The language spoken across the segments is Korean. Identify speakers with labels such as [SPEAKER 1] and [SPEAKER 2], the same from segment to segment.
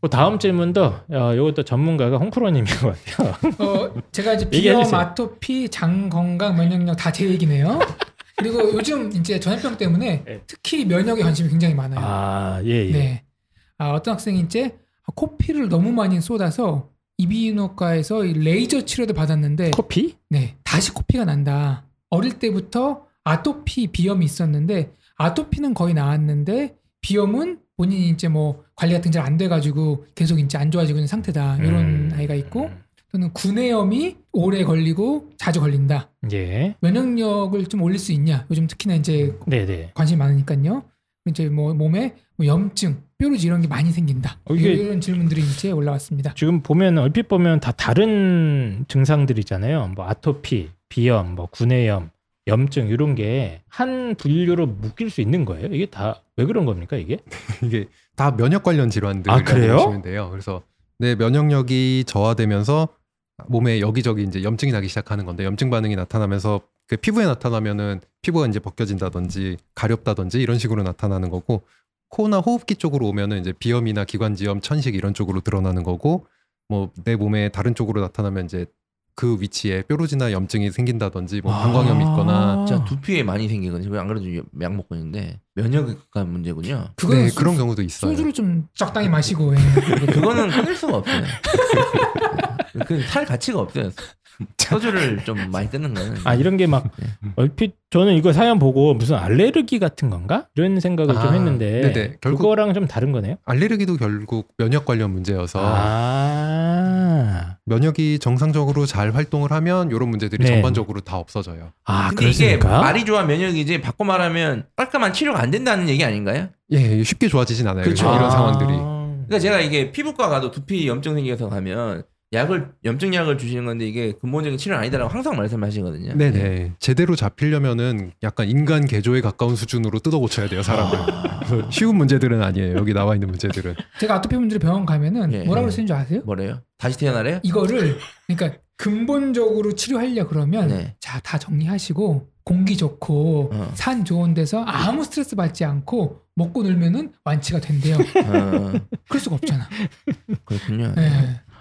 [SPEAKER 1] 그 다음 질문도 어, 이것도 전문가가 홍크로님인 것 같아요.
[SPEAKER 2] 어, 제가 이제
[SPEAKER 1] 얘기해주세요.
[SPEAKER 2] 비염, 아토피, 장 건강, 면역력 다 제 얘기네요. 그리고 요즘 이제 전염병 때문에
[SPEAKER 1] 네.
[SPEAKER 2] 특히 면역에 관심이 굉장히 많아요.
[SPEAKER 1] 아, 예, 예.
[SPEAKER 2] 네. 아, 어떤 학생이 이제 코피를 너무 많이 쏟아서 이비인후과에서 이 레이저 치료도 받았는데
[SPEAKER 1] 코피?
[SPEAKER 2] 네, 다시 코피가 난다. 어릴 때부터 아토피 비염이 있었는데 아토피는 거의 나았는데 비염은 본인이 이제 뭐 관리가 굉장히 안 돼가지고 계속 이제 안 좋아지고 있는 상태다. 이런
[SPEAKER 1] 음.
[SPEAKER 2] 아이가 있고 또는 구내염이 오래 걸리고 자주 걸린다.
[SPEAKER 1] 예.
[SPEAKER 2] 면역력을 좀 올릴 수 있냐? 요즘 특히나 이제
[SPEAKER 1] 네, 네.
[SPEAKER 2] 관심이 많으니까요. 이제 뭐 몸에 뭐 염증, 뾰루지 이런 게 많이 생긴다.
[SPEAKER 1] 어, 이게-
[SPEAKER 2] 이런 질문들이 이제 올라왔습니다.
[SPEAKER 1] 지금 보면 얼핏 보면 다 다른 증상들이잖아요. 뭐 아토피, 비염, 뭐 구내염, 염증 이런 게 한 분류로 묶일 수 있는 거예요. 이게 다 왜 그런 겁니까 이게?
[SPEAKER 3] 이게 다 면역 관련
[SPEAKER 1] 아, 그래요?
[SPEAKER 3] 질환들이라고 보시면 돼요. 그래서 내 면역력이 저하되면서 몸에 여기저기 이제 염증이 나기 시작하는 건데 염증 반응이 나타나면서 그 피부에 나타나면은 피부가 이제 벗겨진다든지 가렵다든지 이런 식으로 나타나는 거고 코나 호흡기 쪽으로 오면은 이제 비염이나 기관지염, 천식 이런 쪽으로 드러나는 거고 뭐 내 몸에 다른 쪽으로 나타나면 이제 그 위치에 뾰루지나 염증이 생긴다든지 뭐 방광염이
[SPEAKER 2] 아.
[SPEAKER 3] 있거나
[SPEAKER 1] 어.
[SPEAKER 4] 진짜 두피에 많이 생기거든요. 왜안 그래도 약 먹고 있는데 면역과 문제군요.
[SPEAKER 2] 그건
[SPEAKER 3] 네,
[SPEAKER 2] 소-
[SPEAKER 3] 그런 경우도 있어요.
[SPEAKER 2] 소주를 좀 적당히 마시고 예.
[SPEAKER 4] 그러니까 그거는 끊을 수가 없어요. 그살 가치가 없어요. 소주를 좀 많이 끊는 거는.
[SPEAKER 1] 아 이런 게 막
[SPEAKER 4] 네.
[SPEAKER 1] 얼핏 저는 이거 사연 보고 무슨 알레르기 같은 건가 이런 생각을
[SPEAKER 3] 아,
[SPEAKER 1] 좀 했는데
[SPEAKER 3] 네네. 결국-
[SPEAKER 1] 그거랑 좀 다른 거네요.
[SPEAKER 3] 알레르기도 결국 면역 관련 문제여서
[SPEAKER 1] 아,
[SPEAKER 3] 면역이 정상적으로 잘 활동을 하면 이런 문제들이
[SPEAKER 1] 네.
[SPEAKER 3] 전반적으로 다 없어져요.
[SPEAKER 1] 아
[SPEAKER 4] 근데 이게
[SPEAKER 1] 그렇습니까?
[SPEAKER 4] 말이 좋아 면역이지 바꿔 말하면 깔끔한 치료가 안 된다는 얘기 아닌가요?
[SPEAKER 3] 예, 이게 쉽게 좋아지진 않아요.
[SPEAKER 4] 그렇죠.
[SPEAKER 3] 요즘 이런
[SPEAKER 1] 아.
[SPEAKER 3] 상황들이.
[SPEAKER 4] 그러니까 제가 이게 피부과 가도 두피 염증 생겨서 가면 약을 염증 약을 주시는 건데 이게 근본적인 치료는 아니다라고 항상 말씀하시거든요.
[SPEAKER 3] 네네. 예, 제대로 잡히려면은 약간 인간 개조에 가까운 수준으로 뜯어고쳐야 돼요, 사람을. 그래서 쉬운 문제들은 아니에요. 여기 나와 있는 문제들은.
[SPEAKER 2] 제가 아토피 분들이 병원 가면은
[SPEAKER 4] 예.
[SPEAKER 2] 뭐라고 쓰는 줄 아세요?
[SPEAKER 4] 뭐래요? 다시 태어나래요?
[SPEAKER 2] 이거를 그러니까 근본적으로 치료하려 그러면
[SPEAKER 4] 네.
[SPEAKER 2] 자 다 정리하시고 공기 좋고
[SPEAKER 4] 어.
[SPEAKER 2] 산 좋은 데서 아무 스트레스 받지 않고 먹고 놀면은 완치가 된대요.
[SPEAKER 4] 어,
[SPEAKER 2] 그럴 수가 없잖아.
[SPEAKER 4] 그렇군요.
[SPEAKER 2] 예.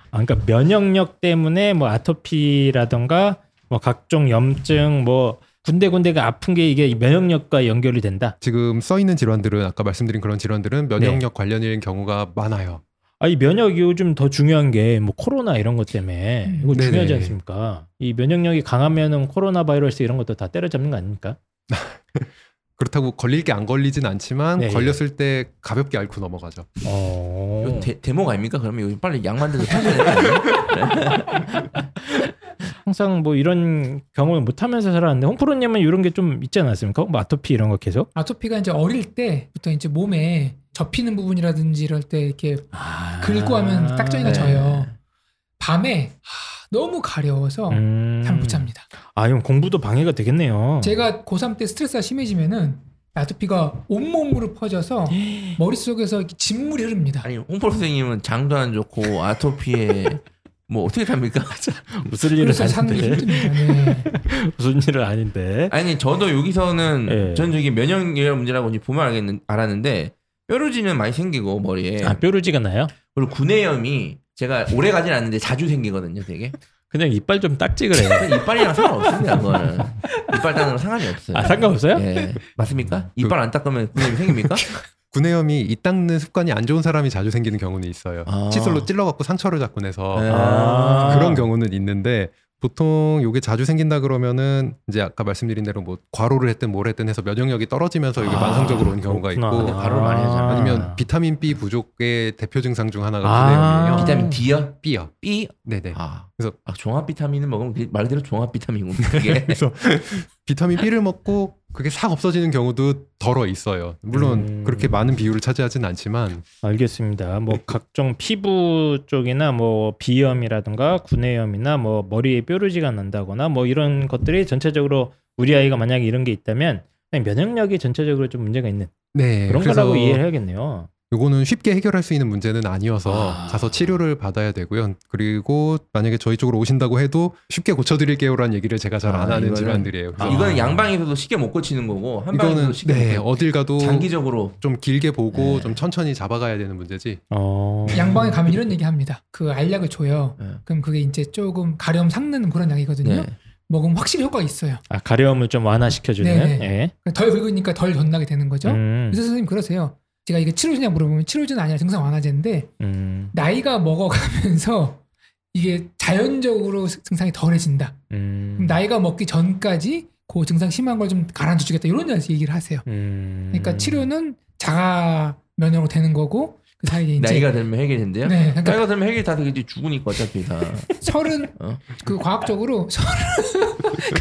[SPEAKER 1] 아, 그러니까 면역력 때문에 뭐 아토피라던가 뭐 각종 염증 뭐 군데군데가 아픈 게 이게 면역력과 연결이 된다.
[SPEAKER 3] 지금 써 있는 질환들은 아까 말씀드린 그런 질환들은 면역력 관련인 경우가 많아요.
[SPEAKER 1] 아, 이 면역이 요즘 더 중요한 게 뭐 코로나 이런 것 때문에
[SPEAKER 2] 음.
[SPEAKER 1] 이거 중요하지
[SPEAKER 3] 네네.
[SPEAKER 1] 않습니까? 이 면역력이 강하면은 코로나 바이러스 이런 것도 다 때려잡는 거 아닙니까?
[SPEAKER 3] 그렇다고 걸릴 게 안 걸리진 않지만
[SPEAKER 1] 네,
[SPEAKER 3] 걸렸을 때 가볍게 앓고 넘어가죠.
[SPEAKER 1] 어.
[SPEAKER 4] 이거 데, 데모가 아닙니까? 그러면 요즘 빨리 약 만들어서 파셔야
[SPEAKER 1] 항상 뭐 이런 경험을 못 하면서 살았는데 홍프로 님은 이런 게 좀 있지 않았습니까? 뭐 아토피 이런 거 계속?
[SPEAKER 2] 아토피가 이제 어릴 때부터 이제 몸에 접히는 부분이라든지 이럴 때 이렇게
[SPEAKER 1] 아.
[SPEAKER 2] 긁고 하면 딱정이가
[SPEAKER 4] 네.
[SPEAKER 2] 져요. 밤에 하, 너무 가려워서
[SPEAKER 1] 음.
[SPEAKER 2] 잠 못 잡니다.
[SPEAKER 1] 아, 이건 공부도 방해가 되겠네요.
[SPEAKER 2] 제가 고3 때 스트레스가 심해지면은 아토피가 온몸으로 퍼져서 머릿속에서 이렇게 진물이 흐릅니다.
[SPEAKER 4] 아니 홍포 선생님은 장도 안 좋고 아토피에 뭐 어떻게 삽니까?
[SPEAKER 1] 무슨 일을
[SPEAKER 2] 그래서 사는 게
[SPEAKER 1] 하는데
[SPEAKER 2] 힘듭니다. 네.
[SPEAKER 1] 무슨 일은 아닌데
[SPEAKER 4] 아니 저도 여기서는
[SPEAKER 1] 예.
[SPEAKER 4] 전 저기 면역력 문제라고 이제 보면 알겠는, 알았는데 뾰루지는 많이 생기고
[SPEAKER 3] 네.
[SPEAKER 4] 머리에
[SPEAKER 1] 아 뾰루지가 나요?
[SPEAKER 4] 그리고 구내염이 제가 오래 가진 않는데 자주 생기거든요, 되게.
[SPEAKER 1] 그냥 이빨 좀 딱지
[SPEAKER 3] 네.
[SPEAKER 1] 그래요.
[SPEAKER 4] 근데 이빨이랑 상관없습니다, 그거는. 이빨 따는 상관이 없어요.
[SPEAKER 1] 아 상관없어요?
[SPEAKER 3] 네.
[SPEAKER 4] 예. 맞습니까? 이빨 안 닦으면 구내염이 생깁니까?
[SPEAKER 3] 구내염이 이 닦는 습관이 안 좋은 사람이 자주 생기는 경우는 있어요.
[SPEAKER 4] 아.
[SPEAKER 3] 칫솔로 찔러갖고 상처를 잡고 내서
[SPEAKER 4] 네.
[SPEAKER 1] 아.
[SPEAKER 3] 그런 경우는 있는데 보통 요게 자주 생긴다 그러면은 이제 아까 말씀드린 대로 뭐 과로를 했든 뭘 했든 해서 면역력이 떨어지면서 이게
[SPEAKER 1] 아,
[SPEAKER 3] 만성적으로 온 경우가
[SPEAKER 1] 그렇구나.
[SPEAKER 3] 있고
[SPEAKER 4] 바로 많이 하잖아요.
[SPEAKER 3] 아니면 비타민 B 부족의 대표 증상 중 하나가
[SPEAKER 1] 아.
[SPEAKER 3] 구내염이에요.
[SPEAKER 4] 비타민 D요?
[SPEAKER 3] B요.
[SPEAKER 4] B?
[SPEAKER 3] 네네.
[SPEAKER 4] 아.
[SPEAKER 3] 그래서-
[SPEAKER 4] 아, 종합 비타민은 먹으면 그게 말 그대로 종합 비타민이군요. 그게.
[SPEAKER 3] 비타민 B를 먹고 그게 싹 없어지는 경우도 덜어 있어요. 물론
[SPEAKER 1] 음.
[SPEAKER 3] 그렇게 많은 비율을 차지하진 않지만
[SPEAKER 1] 알겠습니다. 뭐 각종 피부 쪽이나 뭐 비염이라든가 구내염이나 뭐 머리에 뾰루지가 난다거나 뭐 이런 것들이 전체적으로 우리 아이가 만약에 이런 게 있다면 그냥 면역력이 전체적으로 좀 문제가 있는
[SPEAKER 3] 네
[SPEAKER 1] 그런
[SPEAKER 3] 그래서
[SPEAKER 1] 거라고 이해해야겠네요.
[SPEAKER 3] 요거는 쉽게 해결할 수 있는 문제는 아니어서
[SPEAKER 1] 아.
[SPEAKER 3] 가서 치료를 받아야 되고요. 그리고 만약에 저희 쪽으로 오신다고 해도 쉽게 고쳐드릴게요라는 얘기를 제가 잘 안
[SPEAKER 4] 아,
[SPEAKER 3] 하는
[SPEAKER 4] 이거는-
[SPEAKER 3] 질환들이에요. 그래서
[SPEAKER 1] 아.
[SPEAKER 4] 이거는 양방에서도 쉽게 못 고치는 거고 한방에서도
[SPEAKER 3] 이거는
[SPEAKER 4] 쉽게
[SPEAKER 3] 네
[SPEAKER 4] 못
[SPEAKER 3] 어딜 가도
[SPEAKER 4] 고치는 장기적으로
[SPEAKER 3] 좀 길게 보고
[SPEAKER 4] 네.
[SPEAKER 3] 좀 천천히 잡아가야 되는 문제지.
[SPEAKER 1] 어.
[SPEAKER 2] 양방에 가면 이런 얘기 합니다. 그 알약을 줘요.
[SPEAKER 4] 네.
[SPEAKER 2] 그럼 그게 이제 조금 가려움 삭는 그런 약이거든요.
[SPEAKER 4] 네.
[SPEAKER 2] 먹으면 확실히 효과가 있어요.
[SPEAKER 1] 아, 가려움을 좀 완화시켜주는.
[SPEAKER 2] 네, 네.
[SPEAKER 1] 예.
[SPEAKER 2] 덜 긁으니까 덜 덧나게 되는 거죠.
[SPEAKER 1] 음,
[SPEAKER 2] 의사 선생님 그러세요. 제가 이게 치료제냐 물어보면 치료제는 아니라 증상 완화제인데
[SPEAKER 1] 음,
[SPEAKER 2] 나이가 먹어가면서 이게 자연적으로 증상이 덜해진다. 그럼
[SPEAKER 1] 음,
[SPEAKER 2] 나이가 먹기 전까지 그 증상 심한 걸 좀 가라앉혀주겠다 이런 얘기를 하세요.
[SPEAKER 1] 음.
[SPEAKER 2] 그러니까 치료는 자가 면역으로 되는 거고 그 사이에 이제
[SPEAKER 4] 나이가 들면 해결된대요.
[SPEAKER 2] 네, 그러니까
[SPEAKER 4] 나이가 들면 해결 다 되겠지 죽으니까 뭐 어차피 다.
[SPEAKER 2] 서른
[SPEAKER 4] 어.
[SPEAKER 2] 그 과학적으로 서른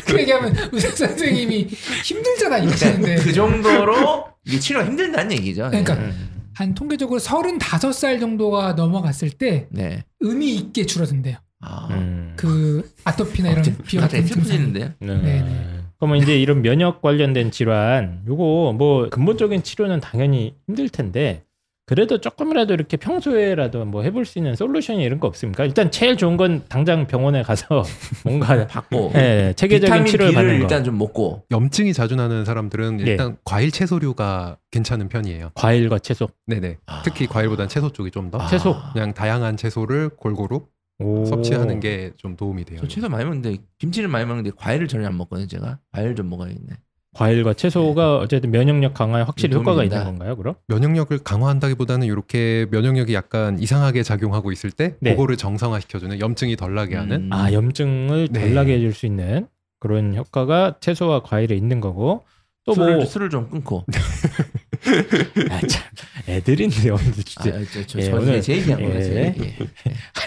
[SPEAKER 2] 그렇게 얘기하면 의사 선생님이 힘들잖아 이러시는데
[SPEAKER 4] 그 정도로 이게 치료가 힘든다는 얘기죠. 네.
[SPEAKER 2] 네. 그러니까.
[SPEAKER 1] 음.
[SPEAKER 2] 한 통계적으로 서른 다섯 살 정도가 넘어갔을 때
[SPEAKER 4] 네.
[SPEAKER 2] 의미 있게 줄어든대요.
[SPEAKER 4] 아,
[SPEAKER 1] 음.
[SPEAKER 2] 그 아토피나 이런 비염
[SPEAKER 4] 갑자기
[SPEAKER 2] 같은 증상.
[SPEAKER 4] 슬퍼지는데요.
[SPEAKER 1] 네.
[SPEAKER 2] 네네.
[SPEAKER 1] 그러면 이제 이런 면역 관련된 질환, 요거 뭐 근본적인 치료는 당연히 힘들 텐데 그래도 조금이라도 이렇게 평소에라도 뭐 해볼 수 있는 솔루션이 이런 거 없습니까? 일단 제일 좋은 건 당장 병원에 가서 뭔가
[SPEAKER 4] 받고
[SPEAKER 1] 예, 체계적인
[SPEAKER 4] 네. 비타민
[SPEAKER 1] 치료를
[SPEAKER 4] B를
[SPEAKER 1] 받는 거.
[SPEAKER 4] 일단 좀 먹고
[SPEAKER 3] 염증이 자주 나는 사람들은
[SPEAKER 1] 예.
[SPEAKER 4] 네.
[SPEAKER 3] 일단 과일 채소류가 괜찮은 편이에요.
[SPEAKER 1] 과일과 채소,
[SPEAKER 3] 네네.
[SPEAKER 4] 아.
[SPEAKER 3] 특히 과일보단 채소 쪽이 좀 더.
[SPEAKER 4] 아.
[SPEAKER 1] 채소.
[SPEAKER 3] 그냥 다양한 채소를 골고루
[SPEAKER 1] 오.
[SPEAKER 3] 섭취하는 게 좀 도움이 돼요.
[SPEAKER 4] 저 채소 많이 먹는데 김치를 많이 먹는데 과일을 전혀 안 먹거든요. 제가 과일 좀 먹어야겠네.
[SPEAKER 1] 과일과 채소가 어쨌든 면역력 강화에 확실히
[SPEAKER 4] 네. 도움이
[SPEAKER 1] 효과가
[SPEAKER 4] 된다.
[SPEAKER 1] 있는 건가요? 그럼?
[SPEAKER 3] 면역력을 강화한다기보다는 이렇게 면역력이 약간 이상하게 작용하고 있을 때
[SPEAKER 1] 네.
[SPEAKER 3] 그거를 정상화시켜주는 염증이 덜 나게 하는
[SPEAKER 4] 음.
[SPEAKER 1] 아 염증을
[SPEAKER 3] 네.
[SPEAKER 1] 덜 나게 해줄 수 있는 그런 효과가 채소와 과일에 있는 거고
[SPEAKER 4] 술을,
[SPEAKER 1] 또뭐 네.
[SPEAKER 4] 술을 좀 끊고.
[SPEAKER 1] 아, 참 애들인데 오늘
[SPEAKER 4] 아,
[SPEAKER 1] 진짜
[SPEAKER 4] 저, 저,
[SPEAKER 1] 예,
[SPEAKER 4] 저,
[SPEAKER 1] 오늘-
[SPEAKER 4] 제 얘기한 거예요. 제
[SPEAKER 1] 예.
[SPEAKER 4] 얘기.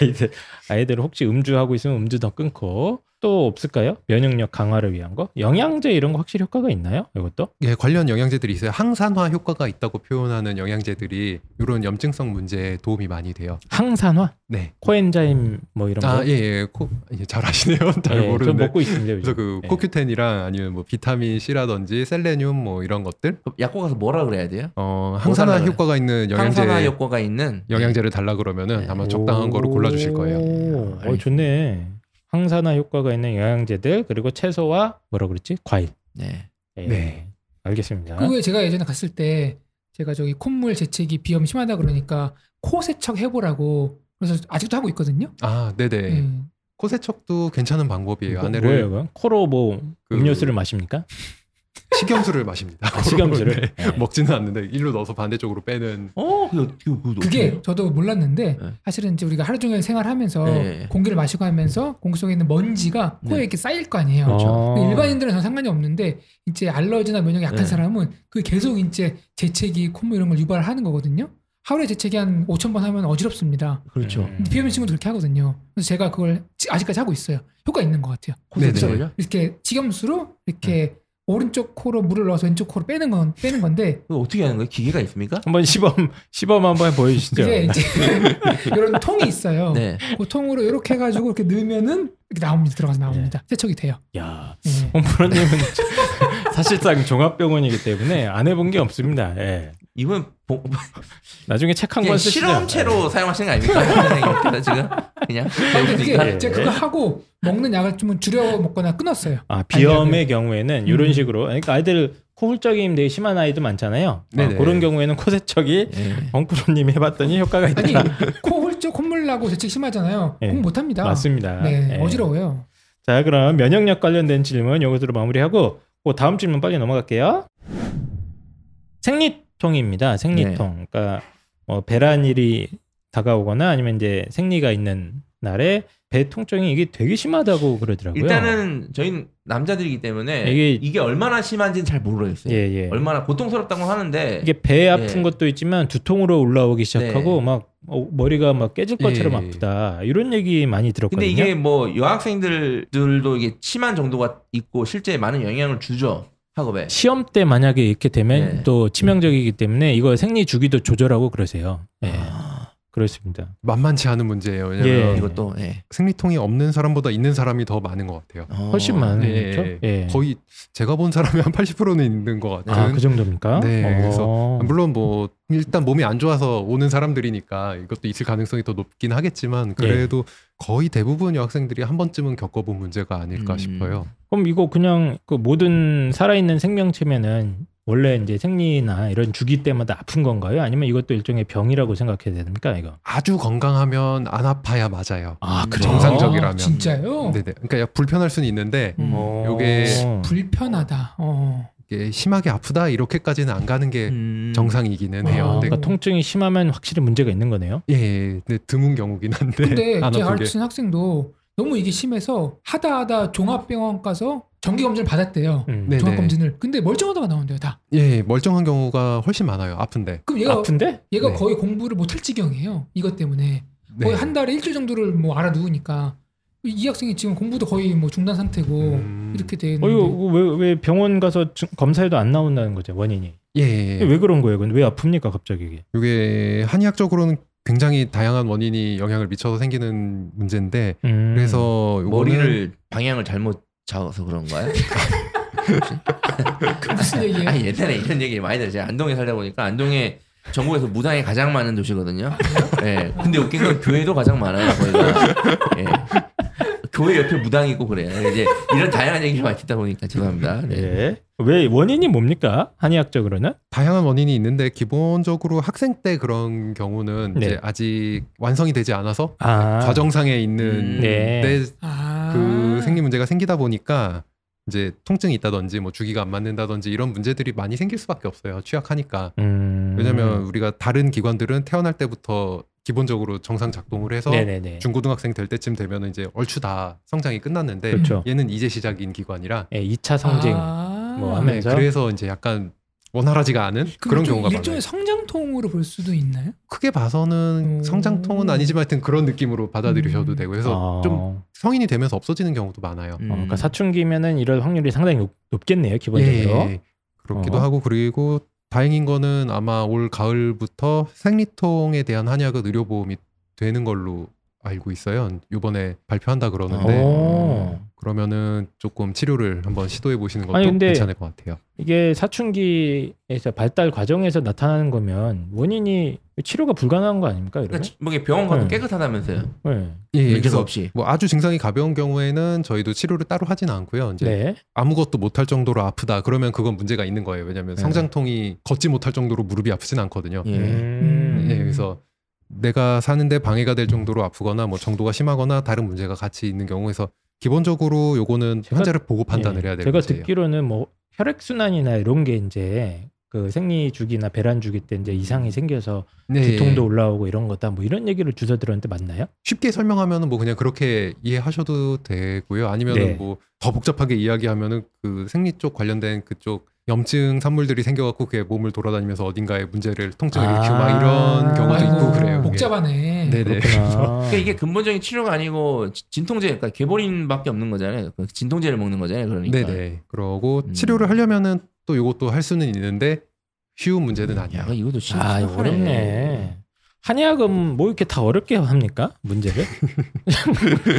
[SPEAKER 1] 아이들 아이들 혹시 음주하고 있으면 음주 더 끊고 또 없을까요? 면역력 강화를 위한 거 영양제 이런 거 확실히 효과가 있나요? 이것도
[SPEAKER 3] 예, 관련 영양제들이 있어요. 항산화 효과가 있다고 표현하는 영양제들이 이런 염증성 문제에 도움이 많이 돼요.
[SPEAKER 1] 항산화
[SPEAKER 3] 네.
[SPEAKER 1] 코엔자임 뭐 이런 거
[SPEAKER 3] 아, 예, 예. 코, 예, 잘 아시네요. 잘
[SPEAKER 1] 예, 저
[SPEAKER 3] 모르는데.
[SPEAKER 1] 먹고 있습니다. 요즘.
[SPEAKER 3] 그래서 그
[SPEAKER 1] 예.
[SPEAKER 3] 코큐텐이랑 아니면 뭐 비타민 C라든지 셀레늄 뭐 이런 것들
[SPEAKER 4] 그럼 약국 가서 뭐라 그래야 돼요?
[SPEAKER 3] 어, 항산화
[SPEAKER 4] 달라요?
[SPEAKER 3] 효과가 있는 영양제
[SPEAKER 4] 항산화 효과가 있는
[SPEAKER 3] 영양제를 달라 그러면은
[SPEAKER 4] 네.
[SPEAKER 3] 아마 적당한 거로
[SPEAKER 1] 오.
[SPEAKER 3] 골라 주실 거예요.
[SPEAKER 1] 어, 좋네. 항산화 효과가 있는 영양제들 그리고 채소와 뭐라 그랬지? 과일.
[SPEAKER 4] 네.
[SPEAKER 1] 예.
[SPEAKER 3] 네.
[SPEAKER 1] 알겠습니다.
[SPEAKER 2] 그거에 제가 예전에 갔을 때 제가 저기 콧물 재채기 비염 심하다 그러니까 코 세척 해보라고 그래서 아직도 하고 있거든요.
[SPEAKER 3] 아, 네, 네.
[SPEAKER 2] 음.
[SPEAKER 3] 코세척도 괜찮은 방법이에요.
[SPEAKER 1] 뭐-
[SPEAKER 3] 아내를
[SPEAKER 1] 뭐예요, 그건? 코로 뭐
[SPEAKER 3] 그-
[SPEAKER 1] 음료수를 마십니까?
[SPEAKER 3] 식염수를 마십니다.
[SPEAKER 1] 아, 식염수를.
[SPEAKER 3] 네.
[SPEAKER 1] 예.
[SPEAKER 3] 먹지는 않는데 일로 넣어서 반대쪽으로 빼는
[SPEAKER 4] 어, 그, 그, 그,
[SPEAKER 2] 그게 저도 몰랐는데
[SPEAKER 4] 네.
[SPEAKER 2] 사실은 이제 우리가 하루 종일 생활하면서
[SPEAKER 4] 네.
[SPEAKER 2] 공기를 마시고 하면서 공기 속에 있는 먼지가 코에
[SPEAKER 4] 네. 그렇죠.
[SPEAKER 2] 이렇게 쌓일 거 아니에요.
[SPEAKER 1] 아.
[SPEAKER 2] 근데 그 일반인들은 전혀 상관이 없는데 이제 알러지나 면역이 약한
[SPEAKER 4] 네.
[SPEAKER 2] 사람은 그 계속 이제 재채기, 콧물 이런 걸 유발하는 거거든요. 하루에 재채기 한 5천 번 하면 어지럽습니다.
[SPEAKER 4] 그렇죠.
[SPEAKER 1] 음.
[SPEAKER 2] 근데 비염 친구도 그렇게 하거든요. 그래서 제가 그걸 지- 아직까지 하고 있어요. 효과 있는 것 같아요.
[SPEAKER 4] 콘센트를요?
[SPEAKER 2] 이렇게 식염수로 이렇게 오른쪽 코로 물을 넣어서 왼쪽 코로 빼는 건 빼는 건데
[SPEAKER 4] 그거 어떻게 하는 거예요? 기계가 있습니까?
[SPEAKER 1] 한번 시범 시범 한번 보여주시죠.
[SPEAKER 2] 그게 이제 이런 통이 있어요.
[SPEAKER 4] 네.
[SPEAKER 2] 그 통으로 이렇게 해가지고 이렇게 넣으면은 이렇게 나옵니다. 들어가서 나옵니다. 세척이 돼요.
[SPEAKER 1] 야,
[SPEAKER 2] 예.
[SPEAKER 1] 홍프로님은 사실상 종합병원이기 때문에 안 해본 게 없습니다. 예.
[SPEAKER 4] 이분 보-
[SPEAKER 1] 나중에 책 한
[SPEAKER 4] 그냥
[SPEAKER 1] 권 쓰시죠. 예.
[SPEAKER 4] 실험체로 사용하시는 거 아닙니까? 선생님, 그래서 지금 그냥
[SPEAKER 2] 근데 그게
[SPEAKER 1] 그러니까.
[SPEAKER 2] 제가 그거 하고 먹는 약을 좀 줄여 먹거나 끊었어요.
[SPEAKER 1] 아 비염의
[SPEAKER 2] 아니요,
[SPEAKER 1] 경우에는 이런
[SPEAKER 2] 음.
[SPEAKER 1] 식으로 그러니까 아이들 코 훌쩍임 되게 심한 아이도 많잖아요. 아,
[SPEAKER 3] 네네.
[SPEAKER 1] 그런 경우에는 코세척이
[SPEAKER 4] 예.
[SPEAKER 1] 홍프로님이 해봤더니 효과가 있다.
[SPEAKER 2] 아니 코 훌쩍 콧물 나고 재채기 심하잖아요.
[SPEAKER 3] 네.
[SPEAKER 1] 예.
[SPEAKER 2] 그럼 못합니다.
[SPEAKER 1] 맞습니다.
[SPEAKER 2] 네,
[SPEAKER 1] 예.
[SPEAKER 2] 어지러워요.
[SPEAKER 1] 자, 그럼 면역력 관련된 질문 여기서 마무리하고 그 다음 질문 빨리 넘어갈게요. 생리통입니다. 생리통.
[SPEAKER 4] 네.
[SPEAKER 1] 그러니까 뭐 배란일이 다가오거나 아니면 이제 생리가 있는 날에 배 통증이 이게 되게 심하다고 그러더라고요.
[SPEAKER 4] 일단은 저희는 남자들이기 때문에
[SPEAKER 1] 이게-
[SPEAKER 4] 이게, 얼마나 심한지는 잘 모르겠어요.
[SPEAKER 1] 예, 예.
[SPEAKER 4] 얼마나 고통스럽다고 하는데
[SPEAKER 1] 이게 배 아픈
[SPEAKER 4] 예.
[SPEAKER 1] 것도 있지만 두통으로
[SPEAKER 4] 네.
[SPEAKER 1] 올라오기 시작하고 막 어, 머리가 막 깨질 것처럼
[SPEAKER 3] 예.
[SPEAKER 1] 아프다. 이런 얘기 많이 들었거든요.
[SPEAKER 4] 근데 이게 뭐 여학생들들도 이게 심한 정도가 있고 실제 많은 영향을 주죠 학업에.
[SPEAKER 1] 시험 때 만약에 이렇게 되면
[SPEAKER 4] 예.
[SPEAKER 1] 또 치명적이기 때문에 이거 생리 주기도 조절하고 그러세요. 예.
[SPEAKER 4] 아,
[SPEAKER 1] 그렇습니다.
[SPEAKER 3] 만만치 않은 문제예요.
[SPEAKER 1] 예.
[SPEAKER 3] 왜냐하면
[SPEAKER 4] 이것도 예.
[SPEAKER 3] 생리통이 없는 사람보다 있는 사람이 더 많은 것 같아요.
[SPEAKER 4] 어,
[SPEAKER 1] 훨씬 많은
[SPEAKER 3] 예,
[SPEAKER 1] 거죠? 예.
[SPEAKER 3] 거의 제가 본 사람이 한 80%는 있는 것 같은.
[SPEAKER 1] 아 그 정도입니까?
[SPEAKER 3] 네,
[SPEAKER 1] 어.
[SPEAKER 3] 그래서 물론 뭐 일단 몸이 안 좋아서 오는 사람들이니까 이것도 있을 가능성이 더 높긴
[SPEAKER 1] 예.
[SPEAKER 3] 하겠지만 그래도 거의 대부분 여학생들이 한 번쯤은 겪어본 문제가 아닐까
[SPEAKER 4] 음.
[SPEAKER 3] 싶어요.
[SPEAKER 1] 그럼 이거 그냥 그 모든 살아있는 생명체면은 원래 이제 생리나 이런 주기 때마다 아픈 건가요? 아니면 이것도 일종의 병이라고 생각해야 됩니까 이거?
[SPEAKER 3] 아주 건강하면 안 아파야 맞아요.
[SPEAKER 1] 아
[SPEAKER 4] 음,
[SPEAKER 1] 그래요?
[SPEAKER 3] 정상적이라면.
[SPEAKER 2] 진짜요?
[SPEAKER 3] 네네. 뭐, 그러니까 불편할 수는 있는데
[SPEAKER 2] 음.
[SPEAKER 1] 어.
[SPEAKER 3] 요게
[SPEAKER 2] 불편하다. 어.
[SPEAKER 3] 이게 심하게 아프다 이렇게까지는 안 가는 게
[SPEAKER 4] 음.
[SPEAKER 3] 정상이기는 해요.
[SPEAKER 1] 아,
[SPEAKER 3] 근데
[SPEAKER 1] 그러니까 통증이 심하면 확실히 문제가 있는 거네요.
[SPEAKER 3] 예, 예, 근데 드문 경우긴 한데
[SPEAKER 2] 근데
[SPEAKER 3] 안
[SPEAKER 2] 제
[SPEAKER 3] 네. 아픈 게.
[SPEAKER 2] 가르친 학생도 너무 이게 심해서 하다 하다 종합병원 가서 정기 검진을 받았대요.
[SPEAKER 1] 음.
[SPEAKER 3] 네.
[SPEAKER 2] 종합 검진을. 근데 멀쩡하다가 나온대요 다.
[SPEAKER 3] 예, 멀쩡한 경우가 훨씬 많아요. 아픈데.
[SPEAKER 2] 그럼 얘가
[SPEAKER 1] 아픈데?
[SPEAKER 2] 얘가
[SPEAKER 3] 네.
[SPEAKER 2] 거의 공부를 못할 지경이에요. 이것 때문에
[SPEAKER 3] 네.
[SPEAKER 2] 거의 한 달에 일주일 정도를 뭐 알아 누우니까 이- 이 학생이 지금 공부도 거의 뭐 중단 상태고
[SPEAKER 3] 음.
[SPEAKER 2] 이렇게 되는데
[SPEAKER 1] 어 이거 왜왜 병원 가서 증- 검사해도 안 나온다는 거죠 원인이?
[SPEAKER 3] 예, 예, 예.
[SPEAKER 1] 왜 그런 거예요? 근데 왜 아픕니까 갑자기 이게?
[SPEAKER 3] 이게 한의학적으로는 굉장히 다양한 원인이 영향을 미쳐서 생기는 문제인데
[SPEAKER 1] 음.
[SPEAKER 3] 그래서 요거는
[SPEAKER 4] 머리를 방향을 잘못 잡아서 그런가요?
[SPEAKER 2] 무슨 얘기예요?
[SPEAKER 4] 아니 옛날에 이런 얘기 많이 들어요. 제가 안동에 살다 보니까 안동에 전국에서 무당이 가장 많은 도시거든요. 예. 근데 웃긴 건 교회도 가장 많아요. 거기가. 예. 교회 옆에 무당이 있고 그래요. 이제 이런 다양한 얘기를 많이 듣다 보니까 죄송합니다. 네.
[SPEAKER 1] 예. 왜 원인이 뭡니까 한의학적으로는?
[SPEAKER 3] 다양한 원인이 있는데 기본적으로 학생 때 그런 경우는
[SPEAKER 1] 네.
[SPEAKER 3] 이제 아직 완성이 되지 않아서
[SPEAKER 1] 아
[SPEAKER 3] 과정상에 있는
[SPEAKER 4] 음.
[SPEAKER 1] 네.
[SPEAKER 3] 내
[SPEAKER 2] 아.
[SPEAKER 3] 그 생리 문제가 생기다 보니까 이제 통증이 있다든지 뭐 주기가 안 맞는다든지 이런 문제들이 많이 생길 수밖에 없어요. 취약하니까.
[SPEAKER 1] 음.
[SPEAKER 3] 왜냐면 우리가 다른 기관들은 태어날 때부터 기본적으로 정상 작동을 해서
[SPEAKER 1] 네네네.
[SPEAKER 3] 중고등학생 될 때쯤 되면 이제 얼추 다 성장이 끝났는데
[SPEAKER 1] 그렇죠.
[SPEAKER 3] 얘는 이제 시작인 기관이라
[SPEAKER 1] 예, 2차 성징.
[SPEAKER 2] 아.
[SPEAKER 1] 뭐 하면-
[SPEAKER 3] 네,
[SPEAKER 1] 하면서?
[SPEAKER 3] 그래서 이제 약간 원활하지가 않은
[SPEAKER 2] 그럼
[SPEAKER 3] 그런
[SPEAKER 2] 좀
[SPEAKER 3] 경우가 많아요.
[SPEAKER 2] 일종의 성장통으로 볼 수도 있나요?
[SPEAKER 3] 크게 봐서는
[SPEAKER 2] 음.
[SPEAKER 3] 성장통은 아니지만 하여튼 그런 느낌으로 받아들이셔도
[SPEAKER 2] 음.
[SPEAKER 3] 되고 그래서
[SPEAKER 1] 아.
[SPEAKER 3] 좀 성인이 되면서 없어지는 경우도 많아요.
[SPEAKER 4] 음.
[SPEAKER 1] 어, 그러니까 사춘기면은 이럴 확률이 상당히 높, 높겠네요 기본적으로.
[SPEAKER 3] 예, 그렇기도
[SPEAKER 1] 어.
[SPEAKER 3] 하고 그리고 다행인 거는 아마 올 가을부터 생리통에 대한 한약은 의료 보험이 되는 걸로 알고 있어요. 요번에 발표한다 그러는데
[SPEAKER 1] 어. 오.
[SPEAKER 3] 음. 그러면은 조금 치료를 한번 시도해 보시는 것도
[SPEAKER 1] 아니, 근데-
[SPEAKER 3] 괜찮을 것 같아요.
[SPEAKER 1] 이게 사춘기에서 발달 과정에서 나타나는 거면 원인이 치료가 불가능한 거 아닙니까? 이러면?
[SPEAKER 4] 그러니까
[SPEAKER 3] 그렇죠.
[SPEAKER 4] 지- 뭐 이게 병원 가도
[SPEAKER 1] 네.
[SPEAKER 4] 깨끗하다면서요.
[SPEAKER 1] 네.
[SPEAKER 3] 예, 예,
[SPEAKER 4] 문제가
[SPEAKER 3] 그래서
[SPEAKER 4] 없이.
[SPEAKER 3] 뭐 아주 증상이 가벼운 경우에는 저희도 치료를 따로 하진 않고요. 이제
[SPEAKER 1] 네.
[SPEAKER 3] 아무것도 못할 정도로 아프다 그러면 그건 문제가 있는 거예요. 왜냐하면
[SPEAKER 1] 네.
[SPEAKER 3] 성장통이 걷지 못할 정도로 무릎이 아프진 않거든요.
[SPEAKER 4] 예.
[SPEAKER 1] 음.
[SPEAKER 3] 예, 그래서 내가 사는데 방해가 될 정도로 아프거나 뭐 정도가 심하거나 다른 문제가 같이 있는 경우에서 기본적으로 요거는
[SPEAKER 1] 제가-
[SPEAKER 3] 환자를 보고 판단을
[SPEAKER 1] 예.
[SPEAKER 3] 해야 되는
[SPEAKER 1] 제가
[SPEAKER 3] 문제예요.
[SPEAKER 1] 듣기로는 뭐 혈액 순환이나 이런 게 이제 그 생리 주기나 배란 주기 때 이제 이상이 생겨서
[SPEAKER 3] 네,
[SPEAKER 1] 두통도
[SPEAKER 3] 예.
[SPEAKER 1] 올라오고 이런 거다 뭐 이런 얘기를 주워 들었는데 맞나요?
[SPEAKER 3] 쉽게 설명하면은 뭐 그냥 그렇게 이해하셔도 되고요. 아니면은
[SPEAKER 1] 네.
[SPEAKER 3] 뭐 더 복잡하게 이야기하면은 그 생리 쪽 관련된 그쪽 염증 산물들이 생겨갖고 그게 몸을 돌아다니면서 어딘가에 문제를 통증을
[SPEAKER 1] 아.
[SPEAKER 3] 일으키고 막 이런 경우도
[SPEAKER 1] 아이고,
[SPEAKER 3] 있고 그래요. 이게.
[SPEAKER 2] 복잡하네.
[SPEAKER 3] 네, 네.
[SPEAKER 1] 그렇구나.
[SPEAKER 4] 그러니까 이게 근본적인 치료가 아니고 지- 진통제, 그러니까 개보린밖에 없는 거잖아요. 그 진통제를 먹는 거잖아요. 그러니까.
[SPEAKER 3] 네네. 그러고
[SPEAKER 4] 음.
[SPEAKER 3] 치료를 하려면은 또 요것도 할 수는 있는데 쉬운
[SPEAKER 1] 음,
[SPEAKER 3] 문제는
[SPEAKER 4] 야,
[SPEAKER 3] 아니에요.
[SPEAKER 4] 이것도 진짜
[SPEAKER 1] 아
[SPEAKER 4] 착하네.
[SPEAKER 1] 어렵네. 한의학은 뭐 이렇게 다 어렵게 합니까 문제를?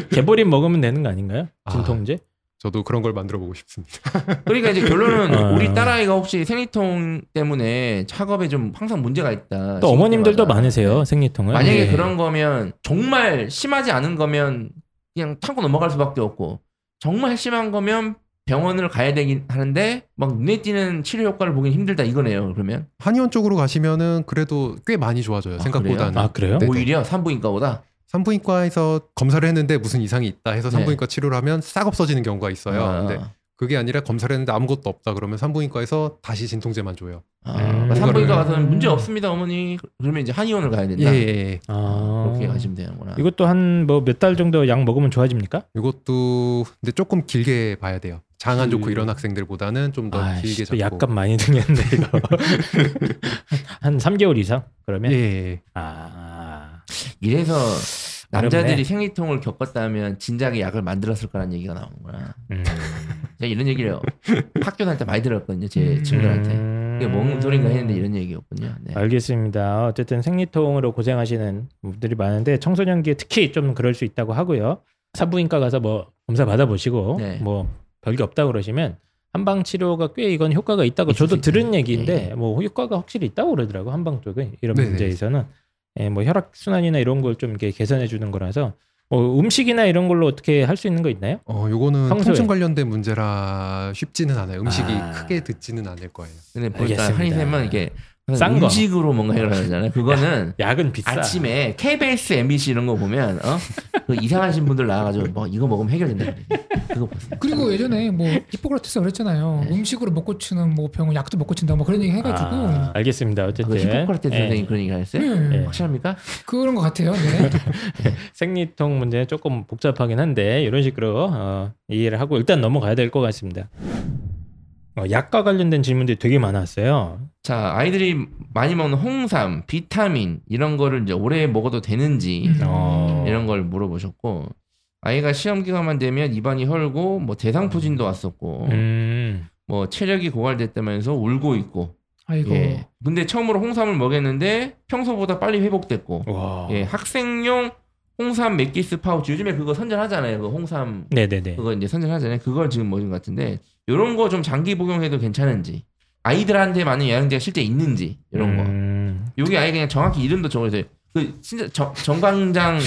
[SPEAKER 1] 개보린 먹으면 되는 거 아닌가요?
[SPEAKER 3] 아.
[SPEAKER 1] 진통제?
[SPEAKER 3] 저도 그런 걸 만들어 보고 싶습니다.
[SPEAKER 4] 그러니까 이제 결론은
[SPEAKER 1] 어.
[SPEAKER 4] 우리 딸아이가 혹시 생리통 때문에 작업에 좀 항상 문제가 있다.
[SPEAKER 1] 또 어머님들도
[SPEAKER 4] 때마다.
[SPEAKER 1] 많으세요 생리통을?
[SPEAKER 4] 만약에
[SPEAKER 1] 예.
[SPEAKER 4] 그런 거면 정말 심하지 않은 거면 그냥 타고 넘어갈 수밖에 없고 정말 심한 거면 병원을 가야 되긴 하는데 막 눈에 띄는 치료 효과를 보긴 힘들다 이거네요. 그러면
[SPEAKER 3] 한의원 쪽으로 가시면은 그래도 꽤 많이 좋아져요.
[SPEAKER 4] 아,
[SPEAKER 3] 생각보다는.
[SPEAKER 1] 아 그래요?
[SPEAKER 3] 네.
[SPEAKER 4] 오히려 산부인과보다
[SPEAKER 3] 산부인과에서 검사를 했는데 무슨 이상이 있다 해서
[SPEAKER 4] 네.
[SPEAKER 3] 산부인과 치료를 하면 싹 없어지는 경우가 있어요. 네.
[SPEAKER 4] 아,
[SPEAKER 3] 근데 그게 아니라 검사를 했는데 아무것도 없다 그러면 산부인과에서 다시 진통제만 줘요.
[SPEAKER 4] 아,
[SPEAKER 1] 음,
[SPEAKER 4] 산부인과
[SPEAKER 1] 그거를-
[SPEAKER 4] 가서는 문제 없습니다 어머니 그러면 이제 한의원을 가야
[SPEAKER 3] 예,
[SPEAKER 4] 된다.
[SPEAKER 3] 예, 예.
[SPEAKER 1] 아.
[SPEAKER 4] 그렇게 가시면 되는구나.
[SPEAKER 1] 이것도 한 뭐 몇 달 정도 약 먹으면 좋아집니까?
[SPEAKER 3] 이것도 근데 조금 길게 봐야 돼요. 장 안 좋고 이런 학생들보다는 좀 더 길게
[SPEAKER 1] 아이씨, 또
[SPEAKER 3] 잡고.
[SPEAKER 1] 약값 많이 들겠네 이거. 한 3개월 이상 그러면?
[SPEAKER 3] 예, 예.
[SPEAKER 1] 아
[SPEAKER 4] 이래서 남자들이
[SPEAKER 1] 어렵네.
[SPEAKER 4] 생리통을 겪었다면 진작에 약을 만들었을 거라는 얘기가 나오는 거야.
[SPEAKER 1] 음.
[SPEAKER 4] 제가 이런 얘기를 학교 다닐 때 많이 들었거든요. 제
[SPEAKER 2] 음.
[SPEAKER 4] 친구들한테.
[SPEAKER 1] 음.
[SPEAKER 4] 그게 뭔 소린가 했는데 이런 얘기였군요. 네.
[SPEAKER 1] 알겠습니다. 어쨌든 생리통으로 고생하시는 분들이 많은데 청소년기에 특히 좀 그럴 수 있다고 하고요. 산부인과 가서 뭐 검사 받아보시고
[SPEAKER 4] 네.
[SPEAKER 1] 뭐 별게 없다 그러시면 한방 치료가 꽤 이건 효과가 있다고
[SPEAKER 4] 있을 수
[SPEAKER 1] 저도 들은
[SPEAKER 4] 있다.
[SPEAKER 1] 얘기인데
[SPEAKER 4] 네.
[SPEAKER 1] 뭐 효과가 확실히 있다고 그러더라고 한방 쪽에 이런
[SPEAKER 3] 네네.
[SPEAKER 1] 문제에서는 예, 뭐 혈액 순환이나 이런 걸 좀 이렇게 개선해 주는 거라서 뭐 음식이나 이런 걸로 어떻게 할 수 있는 거 있나요?
[SPEAKER 3] 어, 요거는
[SPEAKER 1] 평소에.
[SPEAKER 3] 통증 관련된 문제라 쉽지는 않아요. 음식이
[SPEAKER 4] 아.
[SPEAKER 3] 크게 듣지는 않을 거예요.
[SPEAKER 4] 근데 보니까
[SPEAKER 1] 알겠습니다.
[SPEAKER 4] 한인쌤은 이게
[SPEAKER 1] 싼 거.
[SPEAKER 4] 음식으로 뭔가 해결하잖아요. 그거는
[SPEAKER 1] 약은 비싸.
[SPEAKER 4] 아침에 KBS, MBC 이런 거 보면 어? 그 이상하신 분들 나와가지고 뭐 이거 먹으면 해결된다. 그래. 그거 보세요.
[SPEAKER 2] 그리고 예전에 뭐 히포크라테스가 그랬잖아요.
[SPEAKER 4] 네.
[SPEAKER 2] 음식으로 못 고치는 뭐 병은 약도 못 고친다 뭐 그런 얘기 해가지고
[SPEAKER 1] 아, 알겠습니다.
[SPEAKER 4] 그
[SPEAKER 1] 어쨌든
[SPEAKER 4] 히포크라테스
[SPEAKER 1] 예,
[SPEAKER 4] 선생님 그런 얘기 안 했어요?
[SPEAKER 2] 네.
[SPEAKER 1] 네.
[SPEAKER 4] 확실합니까?
[SPEAKER 2] 그런 것 같아요. 네.
[SPEAKER 1] 생리통 문제는 조금 복잡하긴 한데 이런 식으로 어, 이해를 하고 일단 넘어가야 될 것 같습니다. 어, 약과 관련된 질문들이 되게 많았어요.
[SPEAKER 4] 자 아이들이 많이 먹는 홍삼, 비타민 이런 거를 이제 오래 먹어도 되는지
[SPEAKER 2] 음.
[SPEAKER 1] 어.
[SPEAKER 4] 이런 걸 물어보셨고 아이가 시험 기간만 되면 입안이 헐고 뭐 대상포진도 왔었고
[SPEAKER 1] 음,
[SPEAKER 4] 뭐 체력이 고갈됐다면서 울고 있고
[SPEAKER 2] 아이고.
[SPEAKER 4] 예. 근데 처음으로 홍삼을 먹였는데 평소보다 빨리 회복됐고
[SPEAKER 2] 어.
[SPEAKER 1] 와.
[SPEAKER 4] 예, 학생용 홍삼 맥기스 파우치 요즘에 그거 선전하잖아요. 그 홍삼
[SPEAKER 1] 네네네.
[SPEAKER 4] 그거 이제 선전하잖아요. 그걸 지금 먹은 것 같은데 요런 거 좀 장기 복용해도 괜찮은지 아이들한테 맞는 영양제가 실제 있는지 이런 거
[SPEAKER 1] 음,
[SPEAKER 4] 여기 아예 그냥 정확히 이름도 정해져요. 그 진짜 정, 정광장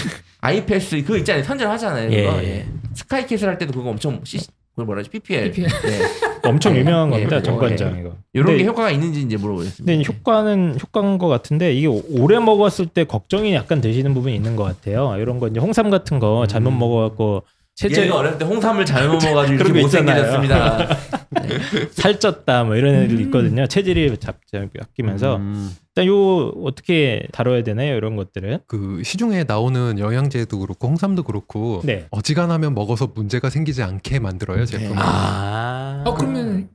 [SPEAKER 4] 아이패스 그거 있잖아요. 선전하잖아요.
[SPEAKER 1] 예,
[SPEAKER 4] 그거.
[SPEAKER 1] 예.
[SPEAKER 4] 예. 스카이캐슬 할 때도 그거 엄청 시, 그 뭐라 하지? PPL.
[SPEAKER 2] PPL.
[SPEAKER 4] 예.
[SPEAKER 1] 엄청 유명한
[SPEAKER 4] 예,
[SPEAKER 1] 겁니다.
[SPEAKER 4] 예,
[SPEAKER 1] 정관장 이거.
[SPEAKER 4] 이런
[SPEAKER 1] 근데-
[SPEAKER 4] 게 효과가 있는지 이제 물어보겠습니다.
[SPEAKER 1] 근데
[SPEAKER 4] 예,
[SPEAKER 1] 네, 효과는 효과인 것 같은데 이게 오- 오래 먹었을 때 걱정이 약간 되시는 부분이 있는 것 같아요. 이런 거 이제 홍삼 같은
[SPEAKER 4] 음.
[SPEAKER 1] 거 잘못 먹어갖고 체제
[SPEAKER 4] 얘가 어렸을 때 홍삼을 잘못 먹어가지고
[SPEAKER 1] 그런
[SPEAKER 4] 이렇게
[SPEAKER 1] 거 있잖아요.
[SPEAKER 4] 못생겨졌습니다.
[SPEAKER 1] 살쪘다 뭐 이런 애들
[SPEAKER 2] 음.
[SPEAKER 1] 있거든요. 체질이 잡, 잡, 바뀌면서
[SPEAKER 3] 음,
[SPEAKER 1] 일단 요 어떻게 다뤄야 되나요? 이런 것들은
[SPEAKER 3] 그 시중에 나오는 영양제도 그렇고 홍삼도 그렇고
[SPEAKER 1] 네.
[SPEAKER 3] 어지간하면 먹어서 문제가 생기지 않게 만들어요 제품.
[SPEAKER 4] 네.
[SPEAKER 3] 은
[SPEAKER 1] 아.
[SPEAKER 2] 어 그러면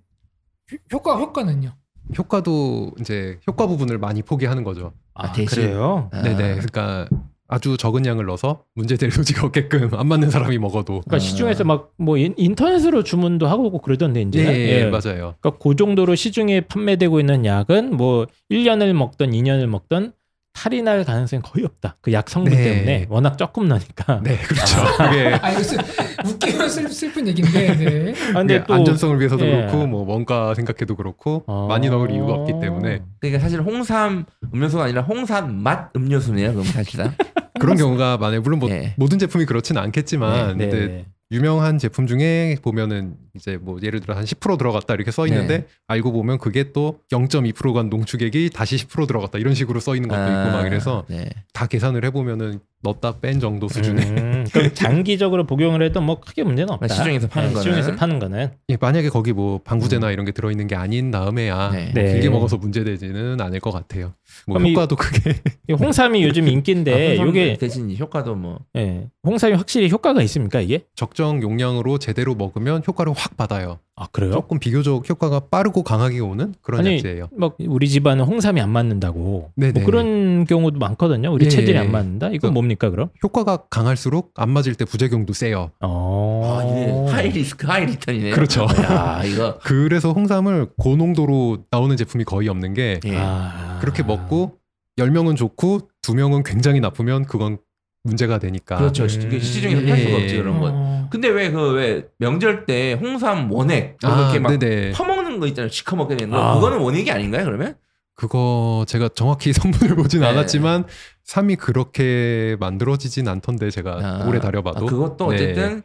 [SPEAKER 2] 효- 효과 효과는요?
[SPEAKER 3] 효과도 이제 효과 부분을 많이 포기하는 거죠.
[SPEAKER 1] 아,
[SPEAKER 4] 아, 대신.
[SPEAKER 1] 그래요?
[SPEAKER 4] 아,
[SPEAKER 3] 네네. 그러니까 아주 적은 양을 넣어서 문제될 소지가 없게끔 안 맞는 사람이 먹어도.
[SPEAKER 1] 그러니까
[SPEAKER 4] 아.
[SPEAKER 1] 시중에서 막 뭐 인터넷으로 주문도 하고 뭐 그러던데
[SPEAKER 3] 예,
[SPEAKER 1] 이제.
[SPEAKER 3] 예, 맞아요.
[SPEAKER 1] 그러니까 그 정도로 시중에 판매되고 있는 약은 뭐 1년을 먹던 2년을 먹던 탈이 날 가능성이 거의 없다. 그 약 성분
[SPEAKER 3] 네.
[SPEAKER 1] 때문에 워낙 조금 나니까.
[SPEAKER 3] 네, 그렇죠. 그게
[SPEAKER 2] 아 이거 슬- 웃기면 슬, 슬픈 얘기인데. 네.
[SPEAKER 1] 아, 근데
[SPEAKER 3] 예,
[SPEAKER 1] 또
[SPEAKER 3] 안전성을 위해서도
[SPEAKER 1] 예. 아.
[SPEAKER 3] 그렇고 뭐 원가 생각해도 그렇고 많이 넣을 이유가 없기 때문에
[SPEAKER 4] 그러니까 사실 홍삼 음료수가 아니라 홍삼 맛 음료수네요. 그럼 사실상.
[SPEAKER 3] 그런 경우가 많아요. 물론 뭐
[SPEAKER 4] 예.
[SPEAKER 3] 모든 제품이 그렇진 않겠지만
[SPEAKER 1] 네.
[SPEAKER 3] 근데 유명한 제품 중에 보면은 이제 뭐 예를 들어 한 10% 들어갔다 이렇게 써 있는데
[SPEAKER 4] 네.
[SPEAKER 3] 알고 보면 그게 또 0.2%간 농축액이 다시 10% 들어갔다 이런 식으로 써 있는 것도 있고
[SPEAKER 1] 아.
[SPEAKER 3] 막 이래서
[SPEAKER 4] 네.
[SPEAKER 3] 다 계산을 해보면은 넣었다 뺀 정도 수준의
[SPEAKER 1] 음, 그럼 장기적으로 복용을 해도 뭐 크게 문제는 없다. 네,
[SPEAKER 4] 시중에서 파는 거는.
[SPEAKER 1] 시중에서 파는 거는
[SPEAKER 3] 예, 만약에 거기 뭐 방부제나 이런 게 들어있는 게 아닌 다음에야
[SPEAKER 4] 네.
[SPEAKER 1] 음. 네.
[SPEAKER 3] 길게 먹어서 문제되지는 않을 것 같아요. 뭐
[SPEAKER 1] 그럼 이-
[SPEAKER 3] 효과도 크게
[SPEAKER 1] 이 홍삼이 요즘 인기인데
[SPEAKER 4] 아, 홍삼
[SPEAKER 1] 요게
[SPEAKER 4] 대신 효과도 뭐
[SPEAKER 1] 예. 홍삼이 확실히 효과가 있습니까 이게?
[SPEAKER 3] 적정 용량으로 제대로 먹으면 효과를 확 받아요.
[SPEAKER 1] 아 그래요?
[SPEAKER 3] 조금 비교적 효과가 빠르고 강하게 오는 그런
[SPEAKER 1] 아니,
[SPEAKER 3] 약제예요.
[SPEAKER 1] 막 뭐, 우리 집안은 홍삼이 안 맞는다고
[SPEAKER 3] 네네.
[SPEAKER 1] 뭐 그런 경우도 많거든요. 우리
[SPEAKER 3] 예,
[SPEAKER 1] 체질이
[SPEAKER 3] 예.
[SPEAKER 1] 안 맞는다. 이건
[SPEAKER 3] 그-
[SPEAKER 1] 뭡니까 그럼?
[SPEAKER 3] 효과가 강할수록 안 맞을 때 부작용도 세요.
[SPEAKER 1] 어.
[SPEAKER 4] 아, 이게 하이 리스크 하이 리턴이네요.
[SPEAKER 3] 그렇죠.
[SPEAKER 4] 야, 이거
[SPEAKER 3] 그래서 홍삼을 고농도로 나오는 제품이 거의 없는 게
[SPEAKER 4] 예.
[SPEAKER 1] 아.
[SPEAKER 3] 그렇게 먹고 10명은 좋고 2명은 굉장히 나쁘면 그건 문제가 되니까
[SPEAKER 4] 그렇죠.
[SPEAKER 1] 음.
[SPEAKER 4] 이게 시중에서 팔 수가
[SPEAKER 3] 예.
[SPEAKER 4] 없지 그런 건.
[SPEAKER 2] 어.
[SPEAKER 4] 근데 왜 그 왜 명절 때 홍삼 원액
[SPEAKER 3] 아,
[SPEAKER 4] 이렇게 막
[SPEAKER 3] 네네.
[SPEAKER 4] 퍼먹는 거 있잖아요. 시커 먹게 되는 거.
[SPEAKER 1] 아.
[SPEAKER 4] 그거는 원액이 아닌가요? 그러면?
[SPEAKER 3] 그거 제가 정확히 성분을 보진
[SPEAKER 4] 네.
[SPEAKER 3] 않았지만 삼이 그렇게 만들어지진 않던데 제가
[SPEAKER 4] 아.
[SPEAKER 3] 오래
[SPEAKER 4] 아,
[SPEAKER 3] 다려봐도
[SPEAKER 4] 그것도
[SPEAKER 3] 네.
[SPEAKER 4] 어쨌든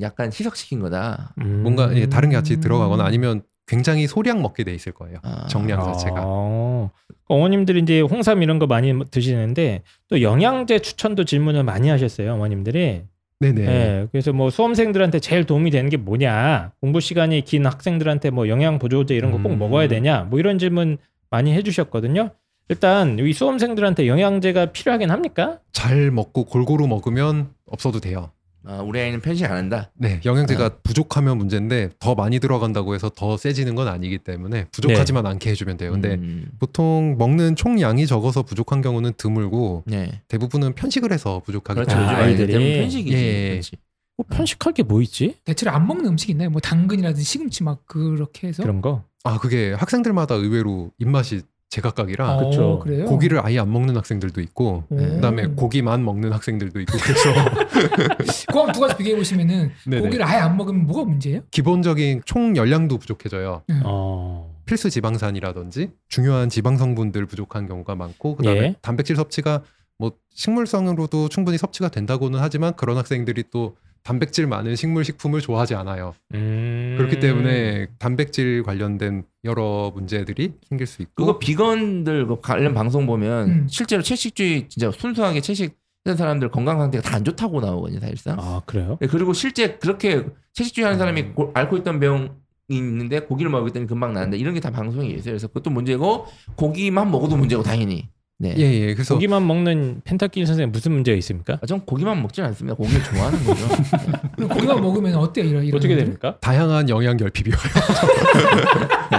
[SPEAKER 4] 약간 희석시킨 거다.
[SPEAKER 1] 음.
[SPEAKER 3] 뭔가 예, 다른 게 같이 들어가거나 아니면 굉장히 소량 먹게 돼 있을 거예요.
[SPEAKER 4] 아.
[SPEAKER 3] 정량 자체가.
[SPEAKER 1] 아. 어머님들이 이제 홍삼 이런 거 많이 드시는데 또 영양제 추천도 질문을 많이 하셨어요 어머님들이.
[SPEAKER 3] 네네.
[SPEAKER 1] 예, 그래서 뭐 수험생들한테 제일 도움이 되는 게 뭐냐 공부 시간이 긴 학생들한테 뭐 영양 보조제 이런 거 꼭
[SPEAKER 3] 음.
[SPEAKER 1] 먹어야 되냐 뭐 이런 질문 많이 해주셨거든요. 일단 이 수험생들한테 영양제가 필요하긴 합니까?
[SPEAKER 3] 잘 먹고 골고루 먹으면 없어도 돼요.
[SPEAKER 4] 아, 우리 아이는 편식 안 한다.
[SPEAKER 3] 네, 영양제가 부족하면 문제인데 더 많이 들어간다고 해서 더 세지는 건 아니기 때문에 부족하지만 않게 해주면 돼요. 네, 근데
[SPEAKER 4] 네. 음,
[SPEAKER 3] 보통 먹는 총량이 적어서 부족한 경우는 드물고
[SPEAKER 4] 네.
[SPEAKER 3] 대부분은 편식을 해서 부족하기
[SPEAKER 4] 그렇죠.
[SPEAKER 1] 아,
[SPEAKER 4] 요즘
[SPEAKER 3] 때문에
[SPEAKER 4] 아이들
[SPEAKER 1] 아이들이.
[SPEAKER 4] 대부분 편식이지.
[SPEAKER 3] 예.
[SPEAKER 4] 그렇지.
[SPEAKER 2] 어,
[SPEAKER 1] 뭐 편식할 게 뭐 있지?
[SPEAKER 2] 대체로 안 먹는 음식 있나요? 뭐 당근이라든지 시금치 막 그렇게 해서
[SPEAKER 1] 그런 거.
[SPEAKER 3] 아 그게 학생들마다 의외로 입맛이
[SPEAKER 4] 아,
[SPEAKER 3] 제각각이라
[SPEAKER 1] 어. 그쵸.
[SPEAKER 2] 그래요? 어.
[SPEAKER 3] 고기를 아예 안 먹는 학생들도 있고
[SPEAKER 2] 오.
[SPEAKER 3] 그다음에 고기만 먹는 학생들도 있고 그래서
[SPEAKER 2] 그거 한번 두 가지 비교해 보시면은
[SPEAKER 3] 네네.
[SPEAKER 2] 고기를 아예 안 먹으면 뭐가 문제예요?
[SPEAKER 3] 기본적인 총 열량도 부족해져요.
[SPEAKER 2] 네.
[SPEAKER 1] 어.
[SPEAKER 3] 필수 지방산이라든지 중요한 지방 성분들 부족한 경우가 많고 그다음에
[SPEAKER 1] 예.
[SPEAKER 3] 단백질 섭취가 뭐 식물성으로도 충분히 섭취가 된다고는 하지만 그런 학생들이 또 단백질 많은 식물 식품을 좋아하지 않아요.
[SPEAKER 1] 음.
[SPEAKER 3] 그렇기 때문에 단백질 관련된 여러 문제들이 생길 수 있고
[SPEAKER 4] 그거 비건들 그 관련 방송 보면
[SPEAKER 2] 음.
[SPEAKER 4] 실제로 채식주의 진짜 순수하게 채식 하는 사람들 건강 상태가 다 안 좋다고 나오거든요 사실상
[SPEAKER 1] 아 그래요?
[SPEAKER 4] 네, 그리고 실제 그렇게 채식주의 하는 사람이 고- 앓고 있던 병이 있는데 고기를 먹기 때문에 금방 나는데 이런 게 다 방송에 있어요 그래서 그것도 문제고 고기만 먹어도 문제고 당연히 네.
[SPEAKER 3] 예예 그래서
[SPEAKER 1] 고기만 먹는 펜타키 선생 님 무슨 문제가 있습니까?
[SPEAKER 4] 아, 전 고기만 먹진 않습니다 고기를 좋아하는 거죠 네.
[SPEAKER 2] 그럼 고기만 먹으면 어때요? 이런 이런
[SPEAKER 1] 어떻게
[SPEAKER 2] 애들?
[SPEAKER 1] 됩니까?
[SPEAKER 3] 다양한 영양 결핍이요.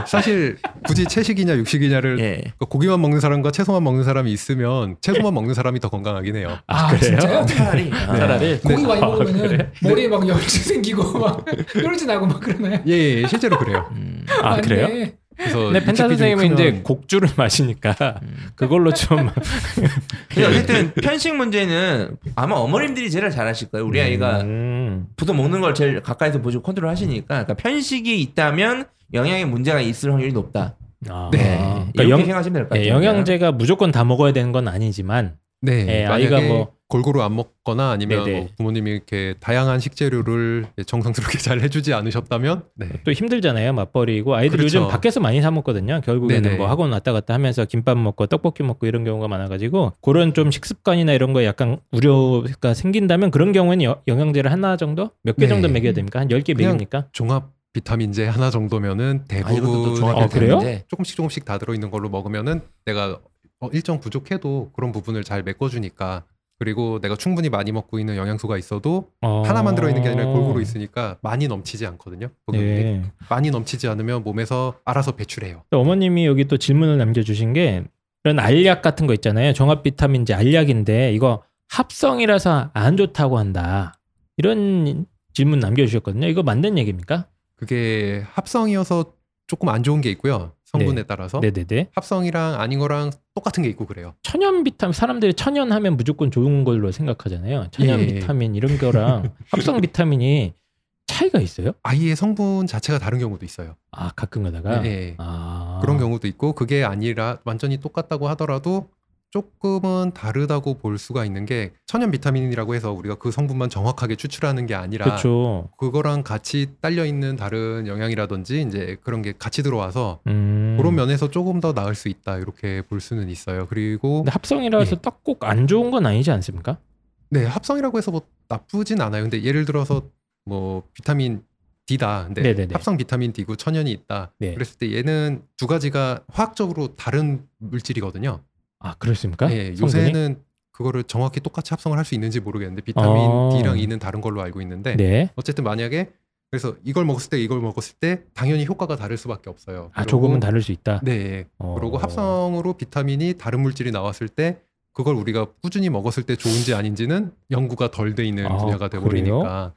[SPEAKER 3] 사실 굳이 채식이냐 육식이냐를
[SPEAKER 4] 예.
[SPEAKER 3] 그러니까 고기만 먹는 사람과 채소만 먹는 사람이 있으면 채소만 먹는 사람이 더 건강하긴 해요.
[SPEAKER 2] 아,
[SPEAKER 1] 그래요?
[SPEAKER 2] 진짜요?
[SPEAKER 4] 차라리
[SPEAKER 3] 네.
[SPEAKER 4] 아,
[SPEAKER 1] 차라리
[SPEAKER 2] 고기 많이
[SPEAKER 1] 아,
[SPEAKER 2] 먹으면은
[SPEAKER 1] 그래?
[SPEAKER 2] 머리에 막 염증 생기고 막 뾰루지 나고 막 그러나요?
[SPEAKER 3] 예, 예 실제로 그래요.
[SPEAKER 4] 음,
[SPEAKER 1] 아
[SPEAKER 2] 맞네.
[SPEAKER 1] 그래요?
[SPEAKER 3] 그래서
[SPEAKER 1] 근데 펜타
[SPEAKER 3] 어, 육식이 좀
[SPEAKER 1] 선생님은
[SPEAKER 3] 크면
[SPEAKER 1] 이제 곡주를 마시니까
[SPEAKER 4] 음.
[SPEAKER 1] 그걸로 좀
[SPEAKER 4] 근데 어쨌든 편식 문제는 아마 어머님들이 제일 잘 아실 거예요 우리 아이가
[SPEAKER 1] 음.
[SPEAKER 4] 보통 먹는 걸 제일 가까이서 보시고 컨트롤 하시니까 그러니까 편식이 있다면 영양에 문제가 있을 확률이 높다.
[SPEAKER 1] 아.
[SPEAKER 4] 네.
[SPEAKER 1] 그러니까
[SPEAKER 4] 이렇게
[SPEAKER 1] 영,
[SPEAKER 4] 생각하시면 될 것
[SPEAKER 1] 예,
[SPEAKER 4] 같아요.
[SPEAKER 1] 영양제가 무조건 다 먹어야 되는 건 아니지만
[SPEAKER 3] 네
[SPEAKER 1] 예,
[SPEAKER 3] 만약에
[SPEAKER 1] 아이가 뭐-
[SPEAKER 3] 골고루 안 먹거나 아니면
[SPEAKER 1] 네네.
[SPEAKER 3] 뭐 부모님이 이렇게 다양한 식재료를 정성스럽게 잘 해주지 않으셨다면 네.
[SPEAKER 1] 또 힘들잖아요 맞벌이고 아이들 이
[SPEAKER 3] 그렇죠.
[SPEAKER 1] 요즘 밖에서 많이 사 먹거든요 결국에는
[SPEAKER 3] 네네.
[SPEAKER 1] 뭐 학원 왔다 갔다 하면서 김밥 먹고 떡볶이 먹고 이런 경우가 많아가지고 그런 좀 식습관이나 이런 거에 약간 우려가 생긴다면 그런 경우에는 여- 영양제를 하나 정도 몇 개
[SPEAKER 3] 네.
[SPEAKER 1] 정도 먹여야 됩니까 한 10개
[SPEAKER 3] 그냥
[SPEAKER 1] 먹입니까
[SPEAKER 3] 종합 비타민제 하나 정도면은
[SPEAKER 4] 아, 이것도 또
[SPEAKER 3] 대부분
[SPEAKER 4] 종합
[SPEAKER 1] 어, 그래요?
[SPEAKER 4] 비타민제.
[SPEAKER 3] 조금씩 조금씩 다 들어있는 걸로 먹으면은 내가 어, 일정 부족해도 그런 부분을 잘 메꿔주니까 그리고 내가 충분히 많이 먹고 있는 영양소가 있어도 하나만 들어있는 게 아니라 골고루 있으니까 많이 넘치지 않거든요. 복용이.
[SPEAKER 1] 네.
[SPEAKER 3] 많이 넘치지 않으면 몸에서 알아서 배출해요.
[SPEAKER 1] 또 어머님이 여기 또 질문을 남겨주신 게 이런 알약 같은 거 있잖아요. 종합 비타민제 알약인데 이거 합성이라서 안 좋다고 한다. 이런 질문 남겨주셨거든요. 이거 맞는 얘기입니까?
[SPEAKER 3] 그게 합성이어서 조금 안 좋은 게 있고요. 성분에 따라서
[SPEAKER 1] 네네네.
[SPEAKER 3] 합성이랑 아닌 거랑 똑같은 게 있고 그래요.
[SPEAKER 1] 천연 비타민 사람들이 천연 하면 무조건 좋은 걸로 생각하잖아요. 천연
[SPEAKER 3] 예.
[SPEAKER 1] 비타민 이런 거랑 합성 비타민이 차이가 있어요?
[SPEAKER 3] 아예 성분 자체가 다른 경우도 있어요.
[SPEAKER 1] 아 가끔 가다가
[SPEAKER 3] 예, 예.
[SPEAKER 1] 아
[SPEAKER 3] 그런 경우도 있고 그게 아니라 완전히 똑같다고 하더라도 조금은 다르다고 볼 수가 있는 게 천연 비타민이라고 해서 우리가 그 성분만 정확하게 추출하는 게 아니라
[SPEAKER 1] 그렇죠.
[SPEAKER 3] 그거랑 같이 딸려 있는 다른 영양이라든지 이제 그런 게 같이 들어와서
[SPEAKER 1] 음.
[SPEAKER 3] 그런 면에서 조금 더 나을 수 있다 이렇게 볼 수는 있어요. 그리고
[SPEAKER 1] 근데 합성이라서
[SPEAKER 3] 예.
[SPEAKER 1] 딱 꼭 안 좋은 건 아니지 않습니까?
[SPEAKER 3] 네 합성이라고 해서 뭐 나쁘진 않아요. 근데 예를 들어서 뭐 비타민 D다. 근데
[SPEAKER 1] 네네네.
[SPEAKER 3] 합성 비타민 D고 천연이 있다.
[SPEAKER 1] 네.
[SPEAKER 3] 그랬을 때 얘는 두 가지가 화학적으로 다른 물질이거든요.
[SPEAKER 1] 아 그렇습니까?
[SPEAKER 3] 예,
[SPEAKER 1] 성분이?
[SPEAKER 3] 요새는 그거를 정확히 똑같이 합성을 할 수 있는지 모르겠는데 비타민
[SPEAKER 1] 아.
[SPEAKER 3] D랑 E는 다른 걸로 알고 있는데
[SPEAKER 1] 네.
[SPEAKER 3] 어쨌든 만약에 그래서 이걸 먹었을 때 이걸 먹었을 때 당연히 효과가 다를 수밖에 없어요.
[SPEAKER 1] 아
[SPEAKER 3] 그리고-
[SPEAKER 1] 조금은 다를 수 있다.
[SPEAKER 3] 네. 예.
[SPEAKER 1] 어.
[SPEAKER 3] 그리고 합성으로 비타민이 다른 물질이 나왔을 때 그걸 우리가 꾸준히 먹었을 때 좋은지 아닌지는 연구가 덜 돼 있는
[SPEAKER 1] 아,
[SPEAKER 3] 분야가 돼
[SPEAKER 1] 그래요?
[SPEAKER 3] 버리니까.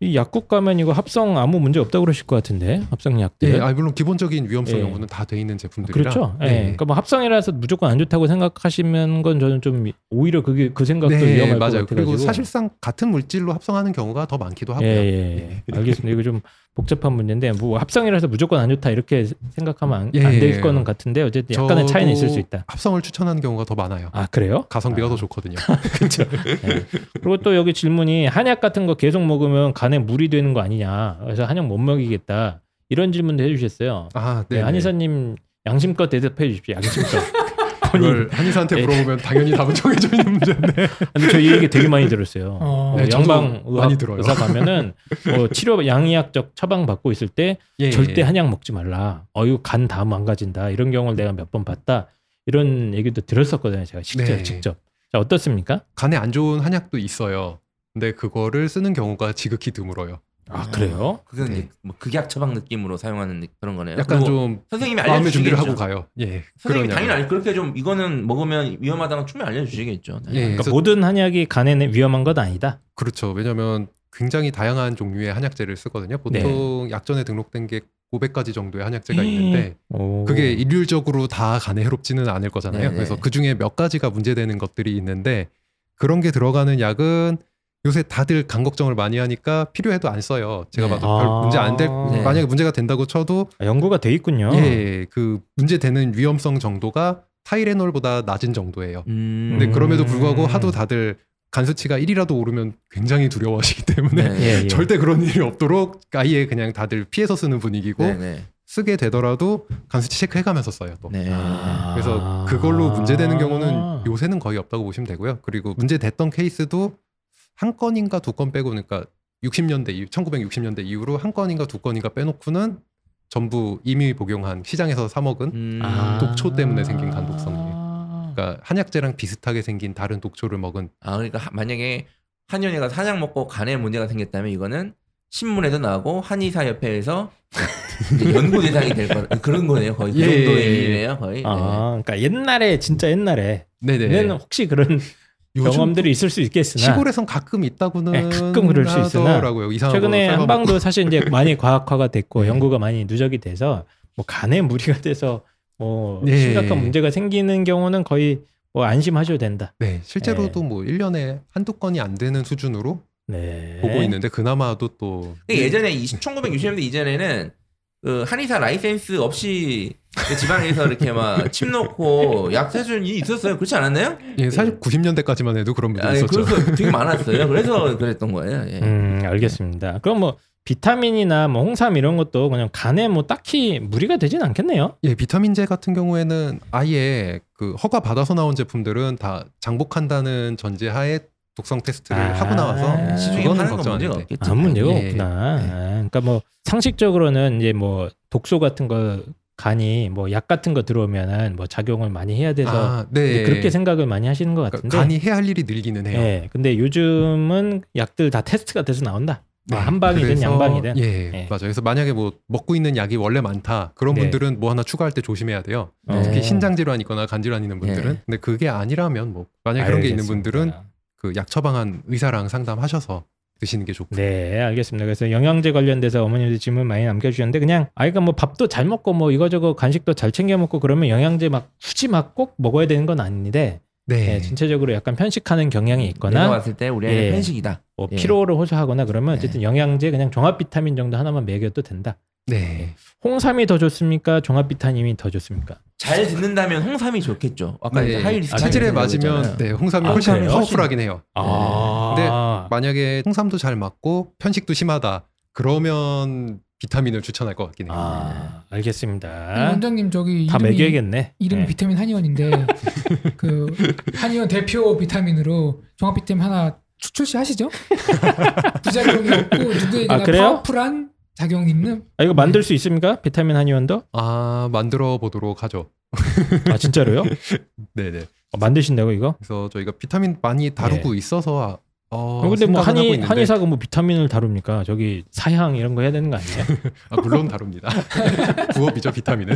[SPEAKER 1] 이 약국 가면 이거 합성 아무 문제 없다고 그러실 것 같은데 합성 약들.
[SPEAKER 3] 예, 아 물론 기본적인 위험성
[SPEAKER 1] 예.
[SPEAKER 3] 연구는 다 돼 있는 제품들이라.
[SPEAKER 1] 그렇죠. 예.
[SPEAKER 3] 네.
[SPEAKER 1] 그러니까 뭐 합성이라서 무조건 안 좋다고 생각하시면 건 저는 좀 오히려 그게 그 생각도
[SPEAKER 3] 네,
[SPEAKER 1] 위험할
[SPEAKER 3] 맞아요.
[SPEAKER 1] 것 같아가지고.
[SPEAKER 3] 그리고 사실상 같은 물질로 합성하는 경우가 더 많기도
[SPEAKER 1] 예,
[SPEAKER 3] 하고요.
[SPEAKER 1] 예,
[SPEAKER 3] 네.
[SPEAKER 1] 예. 알겠습니다. 이거 좀 복잡한 문제인데 뭐 합성이라서 무조건 안 좋다 이렇게 생각하면 안,
[SPEAKER 3] 예,
[SPEAKER 1] 안 될
[SPEAKER 3] 예.
[SPEAKER 1] 거는 같은데 어쨌든 약간의
[SPEAKER 3] 저도
[SPEAKER 1] 차이는 있을 수 있다.
[SPEAKER 3] 합성을 추천하는 경우가 더 많아요.
[SPEAKER 1] 아 그래요?
[SPEAKER 3] 가성비가
[SPEAKER 1] 아.
[SPEAKER 3] 더 좋거든요.
[SPEAKER 1] 예. 그리고 또 여기 질문이 한약 같은 거 계속 먹으면 간에 물이 되는 거 아니냐. 그래서 한약 못 먹이겠다. 이런 질문도 해주셨어요.
[SPEAKER 3] 아,
[SPEAKER 1] 네,
[SPEAKER 3] 네.
[SPEAKER 1] 한의사님 양심껏 대답해 주십시오. 양심껏. 본인.
[SPEAKER 3] 이걸 한의사한테
[SPEAKER 1] 예.
[SPEAKER 3] 물어보면 당연히 답은 정해져 있는 문제인데.
[SPEAKER 1] 근데 저 이 얘기 되게 많이 들었어요.
[SPEAKER 2] 어.
[SPEAKER 1] 어,
[SPEAKER 3] 네, 저도
[SPEAKER 1] 양방 의학,
[SPEAKER 3] 많이 들어요.
[SPEAKER 1] 의사 가면은 어, 치료 양의학적 처방 받고 있을 때
[SPEAKER 3] 예,
[SPEAKER 1] 절대 한약 먹지 말라. 어유 간 다 망가진다. 이런 경우를 내가 몇 번 봤다. 이런 얘기도 들었었거든요. 제가 직접
[SPEAKER 3] 네.
[SPEAKER 1] 직접. 자 어떻습니까?
[SPEAKER 3] 간에 안 좋은 한약도 있어요. 근데 그거를 쓰는 경우가 지극히 드물어요.
[SPEAKER 1] 아 그래요?
[SPEAKER 4] 그건 이제
[SPEAKER 3] 네.
[SPEAKER 4] 뭐 극약 처방 느낌으로 사용하는 느- 그런 거네요.
[SPEAKER 3] 약간
[SPEAKER 4] 그리고
[SPEAKER 3] 좀
[SPEAKER 4] 선생님이
[SPEAKER 3] 마음의 준비를
[SPEAKER 4] 아, 알려주시겠죠.
[SPEAKER 3] 하고 가요. 예. 그런
[SPEAKER 4] 선생님이 당연히
[SPEAKER 3] 약을.
[SPEAKER 4] 알- 그렇게 좀 이거는 먹으면 위험하다는 건 충분히 알려주시겠죠. 네.
[SPEAKER 3] 예.
[SPEAKER 1] 그러니까
[SPEAKER 3] 그래서-
[SPEAKER 1] 모든 한약이 간에 위험한 건 아니다.
[SPEAKER 3] 그렇죠. 왜냐면 굉장히 다양한 종류의 한약재를 쓰거든요.
[SPEAKER 4] 네.
[SPEAKER 3] 보통 약전에 등록된 게 500가지 정도의
[SPEAKER 4] 음.
[SPEAKER 3] 한약재가 있는데
[SPEAKER 1] 오.
[SPEAKER 3] 그게 일률적으로 다 간에 해롭지는 않을 거잖아요.
[SPEAKER 4] 네네.
[SPEAKER 3] 그래서 그 중에 몇 가지가 문제되는 것들이 있는데 그런 게 들어가는 약은 요새 다들 간 걱정을 많이 하니까 필요해도 안 써요. 제가
[SPEAKER 4] 네.
[SPEAKER 3] 봐도 별
[SPEAKER 1] 아.
[SPEAKER 3] 문제 안 될
[SPEAKER 1] 네.
[SPEAKER 3] 만약에 문제가 된다고 쳐도
[SPEAKER 1] 아, 연구가 돼
[SPEAKER 4] 어.
[SPEAKER 1] 있군요.
[SPEAKER 3] 예, 그 문제되는 위험성 정도가 타이레놀보다 낮은 정도예요.
[SPEAKER 4] 음.
[SPEAKER 3] 근데
[SPEAKER 1] 음.
[SPEAKER 3] 그럼에도 불구하고 하도 다들 간수치가 1이라도 오르면 굉장히 두려워하시기 때문에
[SPEAKER 4] 네.
[SPEAKER 1] 예, 예.
[SPEAKER 3] 절대 그런 일이 없도록 아예 그냥 다들 피해서 쓰는 분위기고
[SPEAKER 4] 네, 네.
[SPEAKER 3] 쓰게 되더라도 간수치 체크해가면서 써요. 또.
[SPEAKER 4] 네.
[SPEAKER 1] 아.
[SPEAKER 3] 그래서 그걸로 문제되는 경우는 요새는 거의 없다고 보시면 되고요. 그리고 문제됐던 케이스도 한 건인가 두 건 빼고 그러니까 60년대 이후 1960년대 이후로 한 건인가 두 건인가 빼놓고는 전부 이미 복용한 시장에서 사 먹은
[SPEAKER 4] 음.
[SPEAKER 1] 아.
[SPEAKER 3] 독초 때문에 생긴 간독성이에요. 그러니까 한약재랑 비슷하게 생긴 다른 독초를 먹은
[SPEAKER 4] 아 그러니까 하- 만약에 한의원이가 한약 먹고 간에 문제가 생겼다면 이거는 신문에도 나오고 한의사 협회에서 이제 연구 대상이 될 거, 그런 거네요 거의 그
[SPEAKER 3] 예,
[SPEAKER 4] 정도의
[SPEAKER 3] 예, 예.
[SPEAKER 4] 일이네요 거의
[SPEAKER 1] 아, 그러니까 옛날에 진짜 옛날에는
[SPEAKER 3] 네네
[SPEAKER 1] 혹시 그런 경험들이 있을 수 있겠으나
[SPEAKER 3] 시골에선 가끔 있다고는
[SPEAKER 1] 예, 가끔 그럴 수 있으나
[SPEAKER 3] 하더라고요. 이상하고
[SPEAKER 1] 최근에
[SPEAKER 3] 삶아먹고. 네.
[SPEAKER 1] 한방도 사실 이제 많이 과학화가 됐고 연구가 많이 누적이 돼서 뭐 간에 무리가 돼서 뭐
[SPEAKER 3] 네.
[SPEAKER 1] 심각한 문제가 생기는 경우는 거의 뭐 안심하셔도 된다.
[SPEAKER 3] 네 실제로도
[SPEAKER 1] 예.
[SPEAKER 3] 뭐 1년에 한두 건이 안 되는 수준으로
[SPEAKER 1] 네.
[SPEAKER 3] 보고 있는데 그나마도 또
[SPEAKER 4] 근데 그러니까 예전에 20, 1960년대 이전에는 그 한의사 라이센스 없이 그 지방에서 이렇게 막 침 놓고 약 사주는 일이 있었어요. 그렇지 않았나요?
[SPEAKER 3] 예, 사실 90년대까지만 해도 그런 분들
[SPEAKER 4] 아니,
[SPEAKER 3] 네,
[SPEAKER 4] 예, 그렇죠.
[SPEAKER 3] 있었죠.
[SPEAKER 4] 그래서 되게 많았어요. 그래서 그랬던 거예요.
[SPEAKER 3] 네.
[SPEAKER 4] 예.
[SPEAKER 1] 음, 알겠습니다. 그럼 뭐 비타민이나 뭐 홍삼 이런 것도 그냥 간에 뭐 딱히 무리가 되진 않겠네요.
[SPEAKER 3] 예, 비타민제 같은 경우에는 아예 그 허가 받아서 나온 제품들은 다 장복한다는 전제하에 독성 테스트를
[SPEAKER 1] 아.
[SPEAKER 3] 네, 하고 나와서
[SPEAKER 4] 시중에
[SPEAKER 3] 그거는
[SPEAKER 4] 파는 건
[SPEAKER 3] 걱정 안
[SPEAKER 4] 문제가
[SPEAKER 3] 돼.
[SPEAKER 4] 없겠죠.
[SPEAKER 1] 아무 문제가
[SPEAKER 3] 예,
[SPEAKER 1] 없구나.
[SPEAKER 3] 예.
[SPEAKER 1] 아, 그러니까 뭐 상식적으로는 이제 뭐 독소 같은 거 간이 뭐 약 같은 거 들어오면은 뭐 작용을 많이 해야 돼서
[SPEAKER 3] 아, 네.
[SPEAKER 1] 이제 그렇게 생각을 많이 하시는 것
[SPEAKER 3] 그러니까
[SPEAKER 1] 같은데
[SPEAKER 3] 간이 해야 할 일이 늘기는 해요.
[SPEAKER 1] 예. 근데 요즘은 약들 다 테스트가 돼서 나온다. 뭐 한방이든
[SPEAKER 3] 네. 그래서-
[SPEAKER 1] 양방이든.
[SPEAKER 3] 예,
[SPEAKER 1] 예.
[SPEAKER 3] 맞아요. 그래서 만약에 뭐 먹고 있는 약이 원래 많다. 그런
[SPEAKER 1] 네.
[SPEAKER 3] 분들은 뭐 하나 추가할 때 조심해야 돼요.
[SPEAKER 1] 어.
[SPEAKER 3] 특히 신장 질환 있거나 간 질환 있는 분들은.
[SPEAKER 4] 예.
[SPEAKER 3] 근데 그게 아니라면 뭐 만약에 그런 게
[SPEAKER 1] 네.
[SPEAKER 3] 있는
[SPEAKER 1] 알겠습니다.
[SPEAKER 3] 분들은 그 약 처방한 의사랑 상담하셔서 드시는 게 좋고.
[SPEAKER 1] 네, 알겠습니다. 그래서 영양제 관련돼서 어머님들 질문 많이 남겨주셨는데 그냥 아이가 뭐 밥도 잘 먹고 뭐 이거저거 간식도 잘 챙겨 먹고 그러면 영양제 막 굳이 막 꼭 먹어야 되는 건 아닌데
[SPEAKER 3] 네,
[SPEAKER 1] 예, 전체적으로 약간 편식하는 경향이
[SPEAKER 4] 음, 내가
[SPEAKER 1] 있거나
[SPEAKER 4] 봤을 때 우리 아이는
[SPEAKER 1] 예.
[SPEAKER 4] 편식이다.
[SPEAKER 1] 뭐
[SPEAKER 4] 예.
[SPEAKER 1] 피로를 호소하거나 그러면 어쨌든
[SPEAKER 4] 예.
[SPEAKER 1] 영양제 그냥 종합 비타민 정도 하나만 먹여도 된다.
[SPEAKER 3] 네.
[SPEAKER 1] 홍삼이 더 좋습니까? 종합 비타민이 더 좋습니까?
[SPEAKER 4] 잘 듣는다면 홍삼이 좋겠죠. 아까
[SPEAKER 3] 네.
[SPEAKER 4] 하이 리스크
[SPEAKER 3] 자질에
[SPEAKER 4] 하이라고
[SPEAKER 3] 맞으면
[SPEAKER 4] 했잖아요.
[SPEAKER 3] 네, 홍삼이
[SPEAKER 1] 아,
[SPEAKER 3] 훨씬
[SPEAKER 1] 그래요?
[SPEAKER 3] 파워풀하긴 해요.
[SPEAKER 1] 아,
[SPEAKER 3] 만약에 홍삼도 잘 맞고 편식도 심하다. 그러면 비타민을 추천할 것 같긴 해요.
[SPEAKER 1] 아,
[SPEAKER 2] 아니,
[SPEAKER 1] 알겠습니다.
[SPEAKER 2] 원장님 저기
[SPEAKER 1] 다
[SPEAKER 2] 이름이-
[SPEAKER 1] 먹여야겠네.
[SPEAKER 2] 이름이
[SPEAKER 1] 예.
[SPEAKER 2] 비타민 한의원인데 그 한의원 대표 비타민으로 종합 비타민 하나 추- 출시하시죠? 부작용이 없고 누구에게나
[SPEAKER 1] 아, 그래요?
[SPEAKER 2] 파워풀한 작용 있는
[SPEAKER 1] 아,
[SPEAKER 3] 네.
[SPEAKER 1] 이거 만들 수 있습니까? 비타민 한의원도?
[SPEAKER 3] 아, 만들어 보도록 하죠.
[SPEAKER 1] 아 진짜로요?
[SPEAKER 3] 네네.
[SPEAKER 1] 어, 만드신다고 이거?
[SPEAKER 3] 그래서 저희가 비타민 많이 다루고 있어서 어,
[SPEAKER 1] 네. 어, 근데 뭐
[SPEAKER 3] 생각은 하고
[SPEAKER 1] 한의
[SPEAKER 3] 있는데-
[SPEAKER 1] 한의사가 뭐 비타민을 다룹니까? 저기 사향 이런 거 해야 되는 거 아니에요?
[SPEAKER 3] 아, 물론 다룹니다. 부업이죠 비타민은.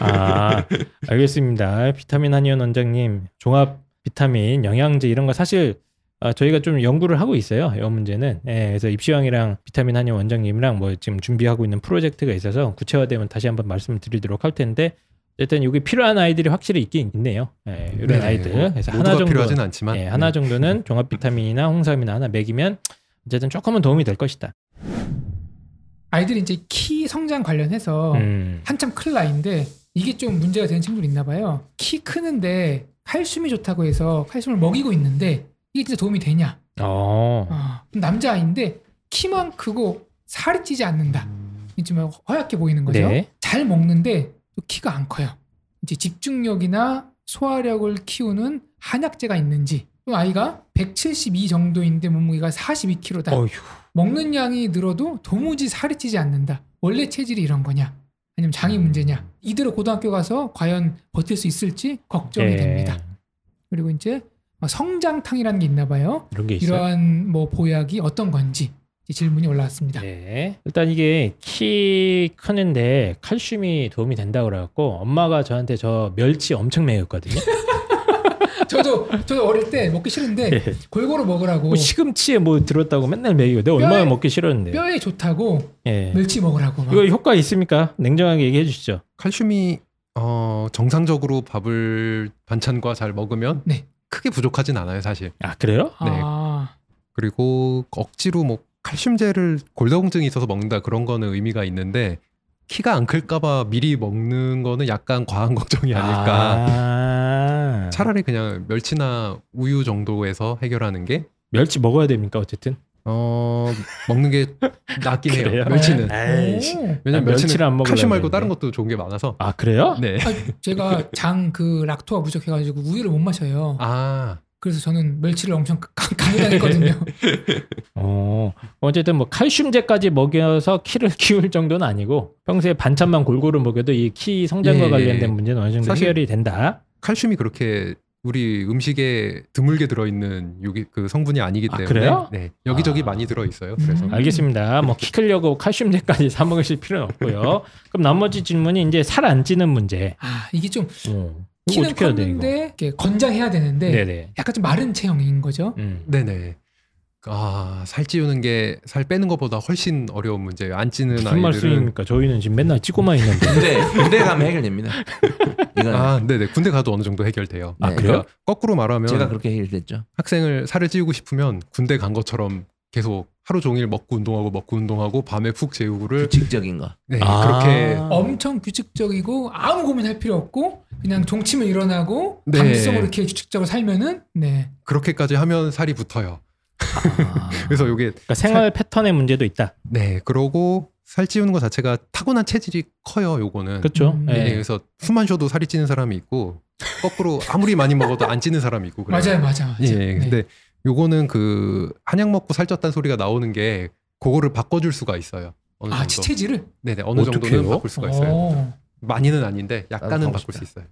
[SPEAKER 1] 아 알겠습니다. 비타민 한의원 원장님 종합 비타민 영양제 이런 거 사실 아, 저희가 좀 연구를 하고 있어요. 이 문제는 예, 그래서 입시왕이랑 비타민 한의원 원장님이랑 뭐 지금 준비하고 있는 프로젝트가 있어서 구체화되면 다시 한번 말씀드리도록 할 텐데 일단 여기 필요한 아이들이 확실히 있긴 있네요. 예, 이런
[SPEAKER 3] 네,
[SPEAKER 1] 아이들 그래서 하나
[SPEAKER 3] 모두가
[SPEAKER 1] 정도
[SPEAKER 3] 필요하진 않지만
[SPEAKER 1] 예,
[SPEAKER 3] 네.
[SPEAKER 1] 하나 정도는 종합 비타민이나 홍삼이나 하나 먹이면 어쨌든 조금은 도움이 될 것이다.
[SPEAKER 2] 아이들이 이제 키 성장
[SPEAKER 3] 어.
[SPEAKER 2] 관련해서
[SPEAKER 1] 음.
[SPEAKER 2] 한참 클 나이인데 이게 좀 문제가 되는 친구들 있나 봐요. 키 크는데 칼슘이 좋다고 해서 칼슘을 먹이고 있는데 이게 진짜 도움이 되냐?
[SPEAKER 1] 어.
[SPEAKER 2] 아, 남자 아이인데 키만 크고 살이 찌지 않는다. 이제 막 허약해 보이는 거죠.
[SPEAKER 1] 네.
[SPEAKER 2] 잘 먹는데 또 키가 안 커요. 이제 집중력이나 소화력을 키우는 한약재가 있는지 또 아이가 172 정도인데 몸무게가 42kg다.
[SPEAKER 3] 그
[SPEAKER 1] 어휴.
[SPEAKER 2] 먹는 양이 늘어도 도무지 살이 찌지 않는다. 원래 체질이 이런 거냐? 아니면 장이 문제냐? 이대로 고등학교 가서 과연 버틸 수 있을지 걱정이
[SPEAKER 1] 예.
[SPEAKER 2] 됩니다. 그리고 이제 막 성장탕이라는 게 있나 봐요.
[SPEAKER 1] 이런 게 있어요.
[SPEAKER 2] 이러한 뭐 보약이 어떤 건지 이제 질문이 올라왔습니다.
[SPEAKER 1] 네. 일단 이게 키 크는데 칼슘이 도움이 된다고 그래갖고 엄마가 저한테 저 멸치 엄청 먹였거든요.
[SPEAKER 2] 저도 저도 어릴 때 먹기 싫은데
[SPEAKER 1] 예.
[SPEAKER 2] 골고루 먹으라고
[SPEAKER 1] 뭐 시금치에 뭐 들었다고 맨날 먹이고 내가 얼마나
[SPEAKER 2] 뼈에-
[SPEAKER 1] 먹기 싫었는데.
[SPEAKER 2] 뼈에 좋다고
[SPEAKER 1] 예.
[SPEAKER 2] 멸치 먹으라고 막.
[SPEAKER 1] 이거 효과 있습니까? 냉정하게 얘기해 주시죠.
[SPEAKER 3] 칼슘이 어, 정상적으로 밥을 반찬과 잘 먹으면
[SPEAKER 2] 네.
[SPEAKER 3] 크게 부족하진 않아요 사실.
[SPEAKER 1] 아 그래요?
[SPEAKER 3] 네.
[SPEAKER 2] 아,
[SPEAKER 3] 그리고 억지로 뭐 칼슘제를 골다공증이 있어서 먹는다 그런 거는 의미가 있는데 키가 안 클까봐 미리 먹는 거는 약간 과한 걱정이 아닐까.
[SPEAKER 1] 아.
[SPEAKER 3] 차라리 그냥 멸치나 우유 정도에서 해결하는 게
[SPEAKER 1] 멸치 먹어야 됩니까 어쨌든?
[SPEAKER 3] 어, 먹는 게 낫긴
[SPEAKER 1] 그래요?
[SPEAKER 3] 해요. 멸치는.
[SPEAKER 1] 에이씨.
[SPEAKER 2] 오.
[SPEAKER 3] 왜냐면
[SPEAKER 1] 아, 멸치를 안
[SPEAKER 3] 멸치는
[SPEAKER 1] 먹으려고
[SPEAKER 3] 칼슘 말고
[SPEAKER 1] 했는데.
[SPEAKER 3] 다른 것도 좋은 게 많아서.
[SPEAKER 1] 아 그래요?
[SPEAKER 3] 네.
[SPEAKER 2] 아, 제가 장 그 락토가 부족해가지고 우유를 못 마셔요.
[SPEAKER 3] 아,
[SPEAKER 2] 그래서 저는 멸치를 엄청 강- 강요당했거든요.
[SPEAKER 1] 어, 어쨌든 뭐 칼슘제까지 먹여서 키를 키울 정도는 아니고 평소에 반찬만 골고루 먹여도 이 키 성장과
[SPEAKER 3] 예,
[SPEAKER 1] 관련된
[SPEAKER 3] 예.
[SPEAKER 1] 문제는 어느 정도
[SPEAKER 3] 사실-
[SPEAKER 1] 해결이 된다.
[SPEAKER 3] 칼슘이 그렇게 우리 음식에 드물게 들어있는 요기, 그 성분이 아니기
[SPEAKER 1] 아,
[SPEAKER 3] 때문에
[SPEAKER 1] 그래요?
[SPEAKER 3] 네, 여기저기
[SPEAKER 1] 아.
[SPEAKER 3] 많이 들어있어요. 그래서
[SPEAKER 2] 음.
[SPEAKER 1] 알겠습니다. 뭐 키 크려고 칼슘제까지 사 먹으실 필요는 없고요. 그럼 나머지 질문이 이제 살 안 찌는 문제.
[SPEAKER 2] 아 이게 좀
[SPEAKER 1] 어, 이거
[SPEAKER 2] 키는
[SPEAKER 1] 어떻게 해야 돼 이거?
[SPEAKER 2] 컸는데 이렇게 건장해야 되는데
[SPEAKER 1] 네네.
[SPEAKER 2] 약간 좀 마른 체형인 거죠.
[SPEAKER 1] 음.
[SPEAKER 3] 네네. 아, 살 찌우는 게 살 빼는 것보다 훨씬 어려운 문제예요. 안 찌는
[SPEAKER 1] 무슨
[SPEAKER 3] 아이들은
[SPEAKER 1] 말씀입니까? 저희는 지금 맨날 찌고만 있는데.
[SPEAKER 4] 군대 군대 가면 해결됩니다. 이건
[SPEAKER 3] 네. 아, 네네. 군대 가도 어느 정도 해결돼요. 네. 그러니까
[SPEAKER 4] 아,
[SPEAKER 1] 그래요?
[SPEAKER 3] 거꾸로 말하면
[SPEAKER 4] 제가 그렇게 해결됐죠.
[SPEAKER 3] 학생을 살을 찌우고 싶으면 군대 간 것처럼 계속 하루 종일 먹고 운동하고 먹고 운동하고 밤에 푹 재우고를
[SPEAKER 4] 규칙적인 거.
[SPEAKER 3] 네,
[SPEAKER 1] 아.
[SPEAKER 3] 그렇게
[SPEAKER 2] 엄청 규칙적이고 아무 고민할 필요 없고 그냥 종치면 일어나고
[SPEAKER 3] 네.
[SPEAKER 2] 감성으로 이렇게 규칙적으로 살면은 네.
[SPEAKER 3] 그렇게까지 하면 살이 붙어요.
[SPEAKER 4] 아.
[SPEAKER 3] 그래서 요게
[SPEAKER 1] 그러니까 생활 패턴의 문제도 있다.
[SPEAKER 3] 네, 그러고 살 찌우는 것 자체가 타고난 체질이 커요. 요거는
[SPEAKER 1] 그렇죠.
[SPEAKER 2] 음,
[SPEAKER 1] 예.
[SPEAKER 3] 네, 그래서 숨만 쉬어도 살이 찌는 사람이 있고 거꾸로 아무리 많이 먹어도 안 찌는 사람이 있고 그래요.
[SPEAKER 2] 맞아요, 맞아요.
[SPEAKER 3] 예,
[SPEAKER 2] 맞아요. 네.
[SPEAKER 3] 근데 요거는 그 한약 먹고 살쪘다는 소리가 나오는 게 그거를 바꿔줄 수가 있어요. 어느 정도.
[SPEAKER 2] 아 치체질을
[SPEAKER 3] 네네 어느 정도는
[SPEAKER 1] 어떡해요?
[SPEAKER 3] 바꿀 수가 있어요.
[SPEAKER 2] 오.
[SPEAKER 3] 많이는 아닌데
[SPEAKER 4] 나도
[SPEAKER 3] 약간은
[SPEAKER 4] 가고
[SPEAKER 3] 바꿀 수 있어요.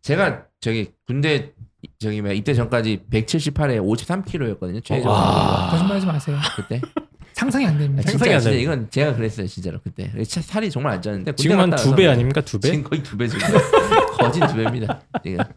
[SPEAKER 4] 제가 저기 군대 저기 뭐야 입대 전까지 178에 53kg였거든요 최저
[SPEAKER 1] 와.
[SPEAKER 2] 거짓말하지 마세요.
[SPEAKER 4] 그때. 아,
[SPEAKER 2] 상상이 안
[SPEAKER 3] 아,
[SPEAKER 2] 됩니다.
[SPEAKER 1] 생각이
[SPEAKER 4] 진짜,
[SPEAKER 1] 안
[SPEAKER 4] 진짜
[SPEAKER 1] 나요.
[SPEAKER 4] 이건 제가 그랬어요 진짜로 그때. 그래서 차- 살이 정말 안 쪘는데 군대
[SPEAKER 1] 지금 한
[SPEAKER 4] 갔다
[SPEAKER 1] 두 배
[SPEAKER 4] 와서
[SPEAKER 1] 아닙니까? 두 배?
[SPEAKER 4] 지금 거의 두 배죠. 거진 두 배입니다. 제가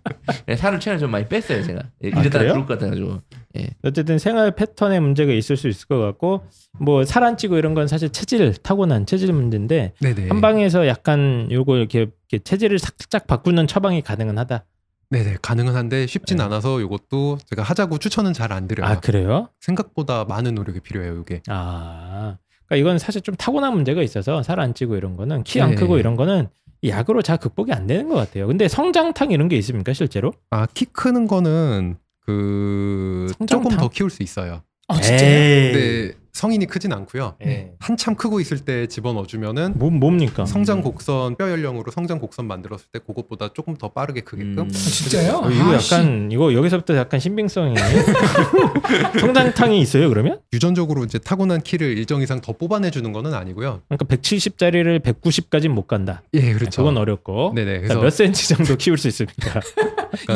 [SPEAKER 4] 그래서 살을 최근에 좀 많이 뺐어요 제가. 예,
[SPEAKER 1] 아,
[SPEAKER 4] 이러다가
[SPEAKER 1] 그래요?
[SPEAKER 4] 죽을 것 같아가지고. 예.
[SPEAKER 1] 어쨌든 생활 패턴에 문제가 있을 수 있을 것 같고 뭐 살 안 찌고 이런 건 사실 체질 타고난 체질 문제인데
[SPEAKER 3] 네네.
[SPEAKER 1] 한 방에서 약간 요거 이렇게, 이렇게 체질을 살짝 바꾸는 처방이 가능은 하다.
[SPEAKER 3] 네네 가능은 한데 쉽진 않아서 요것도 제가 하자고 추천은 잘 안 드려요.
[SPEAKER 1] 네. 아 그래요?
[SPEAKER 3] 생각보다 많은 노력이 필요해요. 요게.
[SPEAKER 1] 아 그러니까 이건 사실 좀 타고난 문제가 있어서 살 안 찌고 이런 거는 키 안
[SPEAKER 3] 네.
[SPEAKER 1] 크고 이런 거는 약으로 잘 극복이 안 되는 것 같아요. 근데 성장탕 이런 게 있습니까 실제로?
[SPEAKER 3] 아 키 크는 거는 그
[SPEAKER 1] 성장탕?
[SPEAKER 3] 조금 더 키울 수 있어요. 네.
[SPEAKER 2] 아 진짜요?
[SPEAKER 1] 예.
[SPEAKER 3] 근데 성인이 크진 않고요. 한참 크고 있을 때 집어넣어 주면은
[SPEAKER 1] 뭐 예. 뭡니까?
[SPEAKER 3] 성장 곡선 뼈 연령으로 성장 곡선 만들었을 때 그것보다 조금 더 빠르게 크게끔
[SPEAKER 4] 음.
[SPEAKER 2] 아, 진짜요?
[SPEAKER 1] 어, 이거
[SPEAKER 2] 아,
[SPEAKER 1] 약간 이거 여기서부터 약간 신빙성이 성장탕이 있어요 그러면?
[SPEAKER 3] 유전적으로 이제 타고난 키를 일정 이상 더 뽑아내 주는 거는 아니고요.
[SPEAKER 1] 그러니까 170짜리를 190까지는 못 간다.
[SPEAKER 3] 예, 그렇죠.
[SPEAKER 1] 아, 그건 어렵고
[SPEAKER 3] 네네.
[SPEAKER 1] 자,
[SPEAKER 3] 그래서
[SPEAKER 1] 몇 센치 정도 키울 수 있습니까?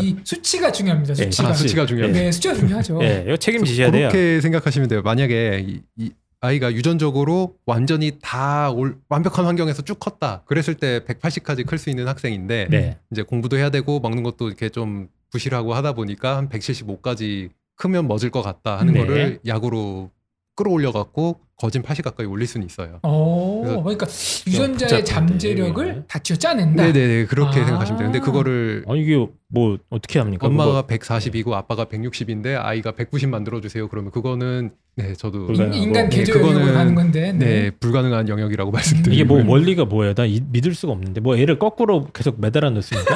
[SPEAKER 2] 이 수치가 중요합니다.
[SPEAKER 1] 예,
[SPEAKER 2] 수치가.
[SPEAKER 3] 아, 수치가 중요해요.
[SPEAKER 2] 네, 수치가 중요하죠.
[SPEAKER 1] 예, 이거 책임지셔야 돼요.
[SPEAKER 3] 어. 그렇게 생각하시면 돼요. 만약에 이, 이 아이가 유전적으로 완전히 다 올- 완벽한 환경에서 쭉 컸다. 그랬을 때 180까지 클 수 있는 학생인데
[SPEAKER 1] 네.
[SPEAKER 3] 이제 공부도 해야 되고 먹는 것도 이렇게 좀 부실하고 하다 보니까 한 175까지 크면 멋질 것 같다 하는
[SPEAKER 1] 네.
[SPEAKER 3] 거를 약으로 끌어올려 갖고 거진 80 가까이 올릴 수는 있어요.
[SPEAKER 2] 오,
[SPEAKER 3] 그래서-
[SPEAKER 2] 그러니까 유전자의
[SPEAKER 1] 복잡한데,
[SPEAKER 2] 잠재력을
[SPEAKER 1] 예.
[SPEAKER 2] 다 쥐어짜낸다.
[SPEAKER 3] 네네네 그렇게
[SPEAKER 2] 아.
[SPEAKER 3] 생각하시면 돼요. 근데 그거를
[SPEAKER 1] 아니 이게 뭐 어떻게 합니까?
[SPEAKER 3] 엄마가
[SPEAKER 1] 그거
[SPEAKER 3] 140이고 아빠가 160인데 아이가 190 만들어 주세요. 그러면 그거는 네 저도
[SPEAKER 1] 불가능하고.
[SPEAKER 2] 인, 간
[SPEAKER 3] 네,
[SPEAKER 2] 개조 영역으로
[SPEAKER 3] 그거는-
[SPEAKER 2] 가는 건데.
[SPEAKER 3] 네 불가능한 영역이라고 말씀드리고
[SPEAKER 1] 이게 뭐 원리가 뭐예요? 나 이- 믿을 수가 없는데 뭐 애를 거꾸로 계속 매달아 놓습니까?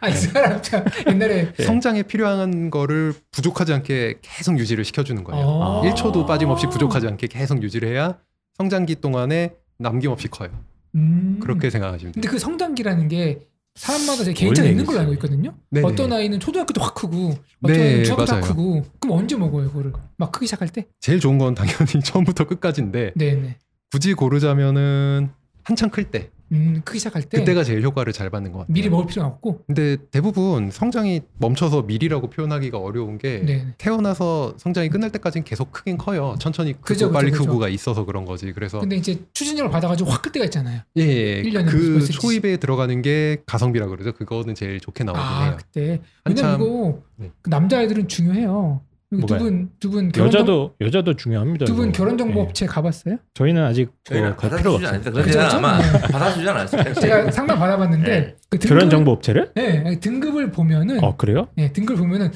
[SPEAKER 2] 아이 사람 참 옛날에
[SPEAKER 1] 네.
[SPEAKER 3] 성장에 필요한 거를 부족하지 않게 계속 유지를 시켜주는 거예요. 아,
[SPEAKER 2] 어.
[SPEAKER 1] 아.
[SPEAKER 3] 1초도 빠짐없이 부족하지 않게 계속 유지를 해야 성장기 동안에 남김없이 커요.
[SPEAKER 2] 음.
[SPEAKER 3] 그렇게 생각하시면 돼요.
[SPEAKER 2] 근데 그 성장기라는 게 사람마다 제 개인차가
[SPEAKER 1] 원래
[SPEAKER 2] 있는 걸로 알고
[SPEAKER 1] 있어요.
[SPEAKER 2] 있거든요.
[SPEAKER 3] 네네.
[SPEAKER 2] 어떤 아이는 초등학교 때확 크고, 어떤
[SPEAKER 3] 네,
[SPEAKER 2] 아이는 중학교 때확
[SPEAKER 3] 맞아요.
[SPEAKER 2] 크고. 그럼 언제 먹어요, 그거를? 막 크기 시작할 때?
[SPEAKER 3] 제일 좋은 건 당연히 처음부터 끝까지인데
[SPEAKER 2] 네, 네.
[SPEAKER 3] 굳이 고르자면은 한창 클 때
[SPEAKER 2] 음, 크기 시작할 때
[SPEAKER 3] 그때가 제일 효과를 잘 받는 것 같아요.
[SPEAKER 2] 미리 뭐- 먹을 필요는 없고
[SPEAKER 3] 근데 대부분 성장이 멈춰서 미리라고 표현하기가 어려운 게
[SPEAKER 2] 네.
[SPEAKER 3] 태어나서 성장이 끝날 때까지는 계속 크긴 커요. 천천히 크고
[SPEAKER 2] 그죠, 그죠,
[SPEAKER 3] 빨리
[SPEAKER 2] 그죠.
[SPEAKER 3] 크고가 있어서 그런 거지. 그래서
[SPEAKER 2] 근데 이제 추진력을 받아가지고 확 끌 때가 있잖아요.
[SPEAKER 3] 예, 예.
[SPEAKER 2] 일 년에
[SPEAKER 3] 그
[SPEAKER 2] 벌써
[SPEAKER 3] 초입에 들어가는 게 가성비라 그러죠. 그거는 제일 좋게 나오긴
[SPEAKER 2] 아
[SPEAKER 3] 해요.
[SPEAKER 2] 그때 왜냐면
[SPEAKER 3] 한참
[SPEAKER 2] 이거
[SPEAKER 3] 네.
[SPEAKER 2] 그 남자애들은 중요해요.
[SPEAKER 1] 뭐가요?
[SPEAKER 2] 두분두분 결혼 그 정-
[SPEAKER 1] 여자도 여자도 중요합니다.
[SPEAKER 2] 두 분
[SPEAKER 1] 이거.
[SPEAKER 2] 결혼 정보
[SPEAKER 3] 네.
[SPEAKER 1] 예.
[SPEAKER 2] 업체 가봤어요?
[SPEAKER 1] 저희는 아직
[SPEAKER 4] 저희는
[SPEAKER 1] 그갈 필요가 그렇죠? 없어요.
[SPEAKER 4] 받아주지 않았어요. 그건 제가
[SPEAKER 2] 그죠?
[SPEAKER 4] 아마
[SPEAKER 2] 네.
[SPEAKER 4] 받아주지 않았어요.
[SPEAKER 2] 제가 상담 받아봤는데
[SPEAKER 4] 네.
[SPEAKER 2] 그 등급
[SPEAKER 1] 결혼 정보 업체를?
[SPEAKER 2] 네, 등급을 보면은
[SPEAKER 1] 어 그래요?
[SPEAKER 2] 네, 등급 보면은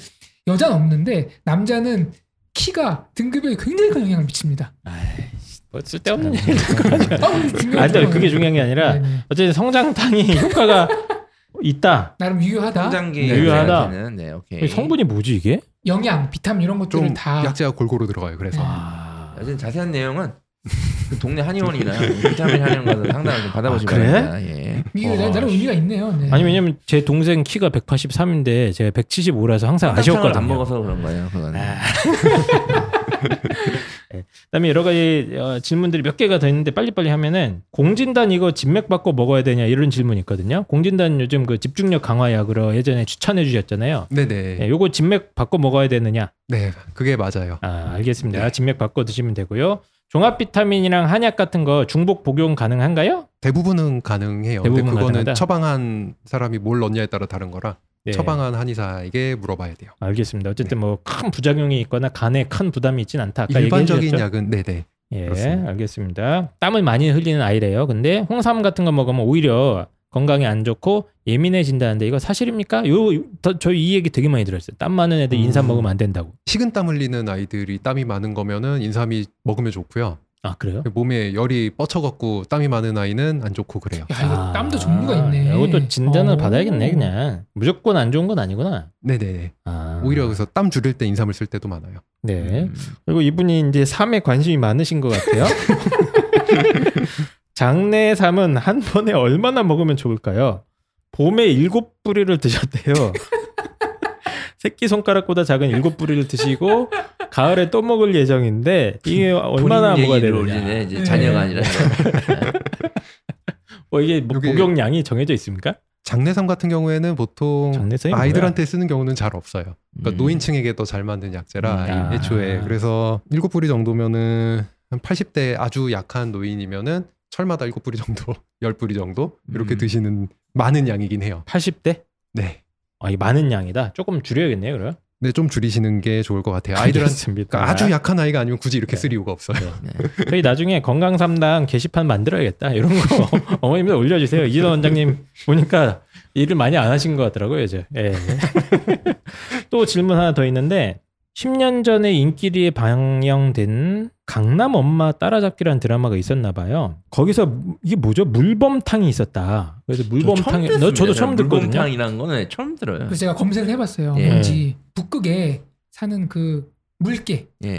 [SPEAKER 2] 여자는 없는데 남자는 키가 등급에 굉장히 큰 영향을 미칩니다.
[SPEAKER 4] 아, 네,
[SPEAKER 1] 뭐 쓸데없는 얘기.
[SPEAKER 2] 아, 등급이
[SPEAKER 1] 아니
[SPEAKER 2] 중요해요.
[SPEAKER 1] 그게 중요한 게 아니라
[SPEAKER 2] 네네.
[SPEAKER 1] 어쨌든 성장탕이 효과가 있다.
[SPEAKER 2] 나름 유효하다.
[SPEAKER 4] 성장기
[SPEAKER 1] 네, 유효하다.
[SPEAKER 4] 여자한테는, 네, 오케이.
[SPEAKER 1] 성분이 뭐지 이게?
[SPEAKER 2] 영양, 비타민 이런 것들을
[SPEAKER 3] 좀
[SPEAKER 2] 다
[SPEAKER 3] 약재가 골고루 들어가요. 그래서
[SPEAKER 2] 아.
[SPEAKER 1] 아,
[SPEAKER 4] 여튼 자세한 내용은 그 동네 한의원이나 비타민 한의원 가서 상담을 좀 받아보시면
[SPEAKER 1] 아, 그래?
[SPEAKER 4] 됩니다. 예.
[SPEAKER 2] 이게
[SPEAKER 1] 와,
[SPEAKER 2] 나름 의미가 있네요. 네.
[SPEAKER 1] 아니 왜냐면 제 동생 키가 183인데 제가 175라서 항상
[SPEAKER 4] 설탕을 안
[SPEAKER 1] 아쉬웠거든요.
[SPEAKER 4] 먹어서 그런 거예요. 음. 그건.
[SPEAKER 1] 그다음에 여러 가지 어, 질문들이 몇 개가 더 있는데 빨리빨리 하면은 공진단 이거 진맥 받고 먹어야 되냐 이런 질문이 있거든요. 공진단 요즘 그 집중력 강화약으로 예전에 추천해 주셨잖아요.
[SPEAKER 3] 네네.
[SPEAKER 1] 예, 요거 진맥 받고 먹어야 되느냐?
[SPEAKER 3] 네, 그게 맞아요.
[SPEAKER 1] 아,
[SPEAKER 3] 네.
[SPEAKER 1] 알겠습니다. 진맥 받고 드시면 되고요. 종합 비타민이랑 한약 같은 거 중복 복용 가능한가요?
[SPEAKER 3] 대부분은 가능해요.
[SPEAKER 1] 대부분
[SPEAKER 3] 근데 그거는
[SPEAKER 1] 가능하다?
[SPEAKER 3] 처방한 사람이 뭘 넣냐에 따라 다른 거라
[SPEAKER 1] 네.
[SPEAKER 3] 처방한 한의사에게 물어봐야 돼요.
[SPEAKER 1] 알겠습니다. 어쨌든 뭐 큰 부작용이 있거나 간에 큰 부담이 있진 않다. 아까
[SPEAKER 3] 일반적인
[SPEAKER 1] 얘기해주셨죠?
[SPEAKER 3] 약은 네네.
[SPEAKER 1] 예,
[SPEAKER 3] 그렇습니다.
[SPEAKER 1] 알겠습니다. 땀을 많이 흘리는 아이래요. 근데 홍삼 같은 거 먹으면 오히려 건강에 안 좋고 예민해진다는데 이거 사실입니까? 요 더- 저희 이 얘기 되게 많이 들었어요. 땀 많은 애들 인삼
[SPEAKER 3] 음.
[SPEAKER 1] 먹으면 안 된다고.
[SPEAKER 3] 식은땀 흘리는 아이들이 땀이 많은 거면은 인삼이 먹으면 좋고요.
[SPEAKER 1] 아 그래요?
[SPEAKER 3] 몸에 열이 뻗쳐갖고 땀이 많은 아이는 안 좋고 그래요.
[SPEAKER 2] 야, 이거
[SPEAKER 1] 아,
[SPEAKER 2] 땀도 종류가 있네.
[SPEAKER 1] 이것도 진단을
[SPEAKER 2] 어.
[SPEAKER 1] 받아야겠네 그냥. 무조건 안 좋은 건 아니구나.
[SPEAKER 3] 네네네.
[SPEAKER 1] 아.
[SPEAKER 3] 오히려 그래서 음. 땀 줄일 때 인삼을 쓸 때도 많아요.
[SPEAKER 1] 네. 그리고 이분이 이제 삶에 관심이 많으신 것 같아요. 장내 삶은 한 번에 얼마나 먹으면 좋을까요? 봄에 일곱 뿌리를 드셨대요. 새끼 손가락보다 작은 일곱 뿌리를 드시고 가을에 또 먹을 예정인데 이게 얼마나
[SPEAKER 4] 본인
[SPEAKER 1] 먹어야
[SPEAKER 4] 얘기로
[SPEAKER 1] 되느냐? 그러니까
[SPEAKER 4] 올리네, 이제 자녀가
[SPEAKER 2] 네.
[SPEAKER 4] 아니라.
[SPEAKER 1] 어, 이게 뭐
[SPEAKER 3] 요게-
[SPEAKER 1] 복용량이 정해져 있습니까?
[SPEAKER 3] 장내삼 같은 경우에는 보통
[SPEAKER 1] 장내성이
[SPEAKER 3] 아이들한테 쓰는 경우는 잘 없어요. 그러니까
[SPEAKER 4] 음.
[SPEAKER 3] 노인층에게 더 잘 맞는 약재라
[SPEAKER 1] 음.
[SPEAKER 3] 애초에
[SPEAKER 1] 아.
[SPEAKER 3] 그래서 일곱 뿌리 정도면은 한 80대 아주 약한 노인이면은 철마다 일곱 뿌리 정도, 열 뿌리 정도 이렇게
[SPEAKER 4] 음.
[SPEAKER 3] 드시는 많은 양이긴 해요.
[SPEAKER 1] 80대?
[SPEAKER 3] 네,
[SPEAKER 1] 아, 이 많은 양이다. 조금 줄여야겠네요, 그럼.
[SPEAKER 3] 근데 좀 줄이시는 게 좋을 것 같아요. 아이들한테
[SPEAKER 1] 그러니까
[SPEAKER 3] 그러니까 아주 약한 아이가 아니면 굳이
[SPEAKER 1] 네.
[SPEAKER 3] 이렇게 쓸 이유가 없어요.
[SPEAKER 1] 저희 나중에 건강 삼당 게시판 만들어야겠다. 이런 거 어머님들 올려주세요. 이선 원장님 보니까 일을 많이 안 하신 것 같더라고요. 이제. 예. 또 질문 하나 더 있는데 10년 전에 인기리에 방영된 강남 엄마 따라잡기라는 드라마가 있었나 봐요. 거기서 이게 뭐죠? 물범탕이 있었다. 그래서 물범탕이 너 저도 처음 듣거든요.
[SPEAKER 4] 그 물범탕이라는 거는 처음 들어요.
[SPEAKER 2] 그래서 제가 검색을 해봤어요.
[SPEAKER 4] 예.
[SPEAKER 2] 뭔지 북극에 사는 그 물개,
[SPEAKER 4] 예.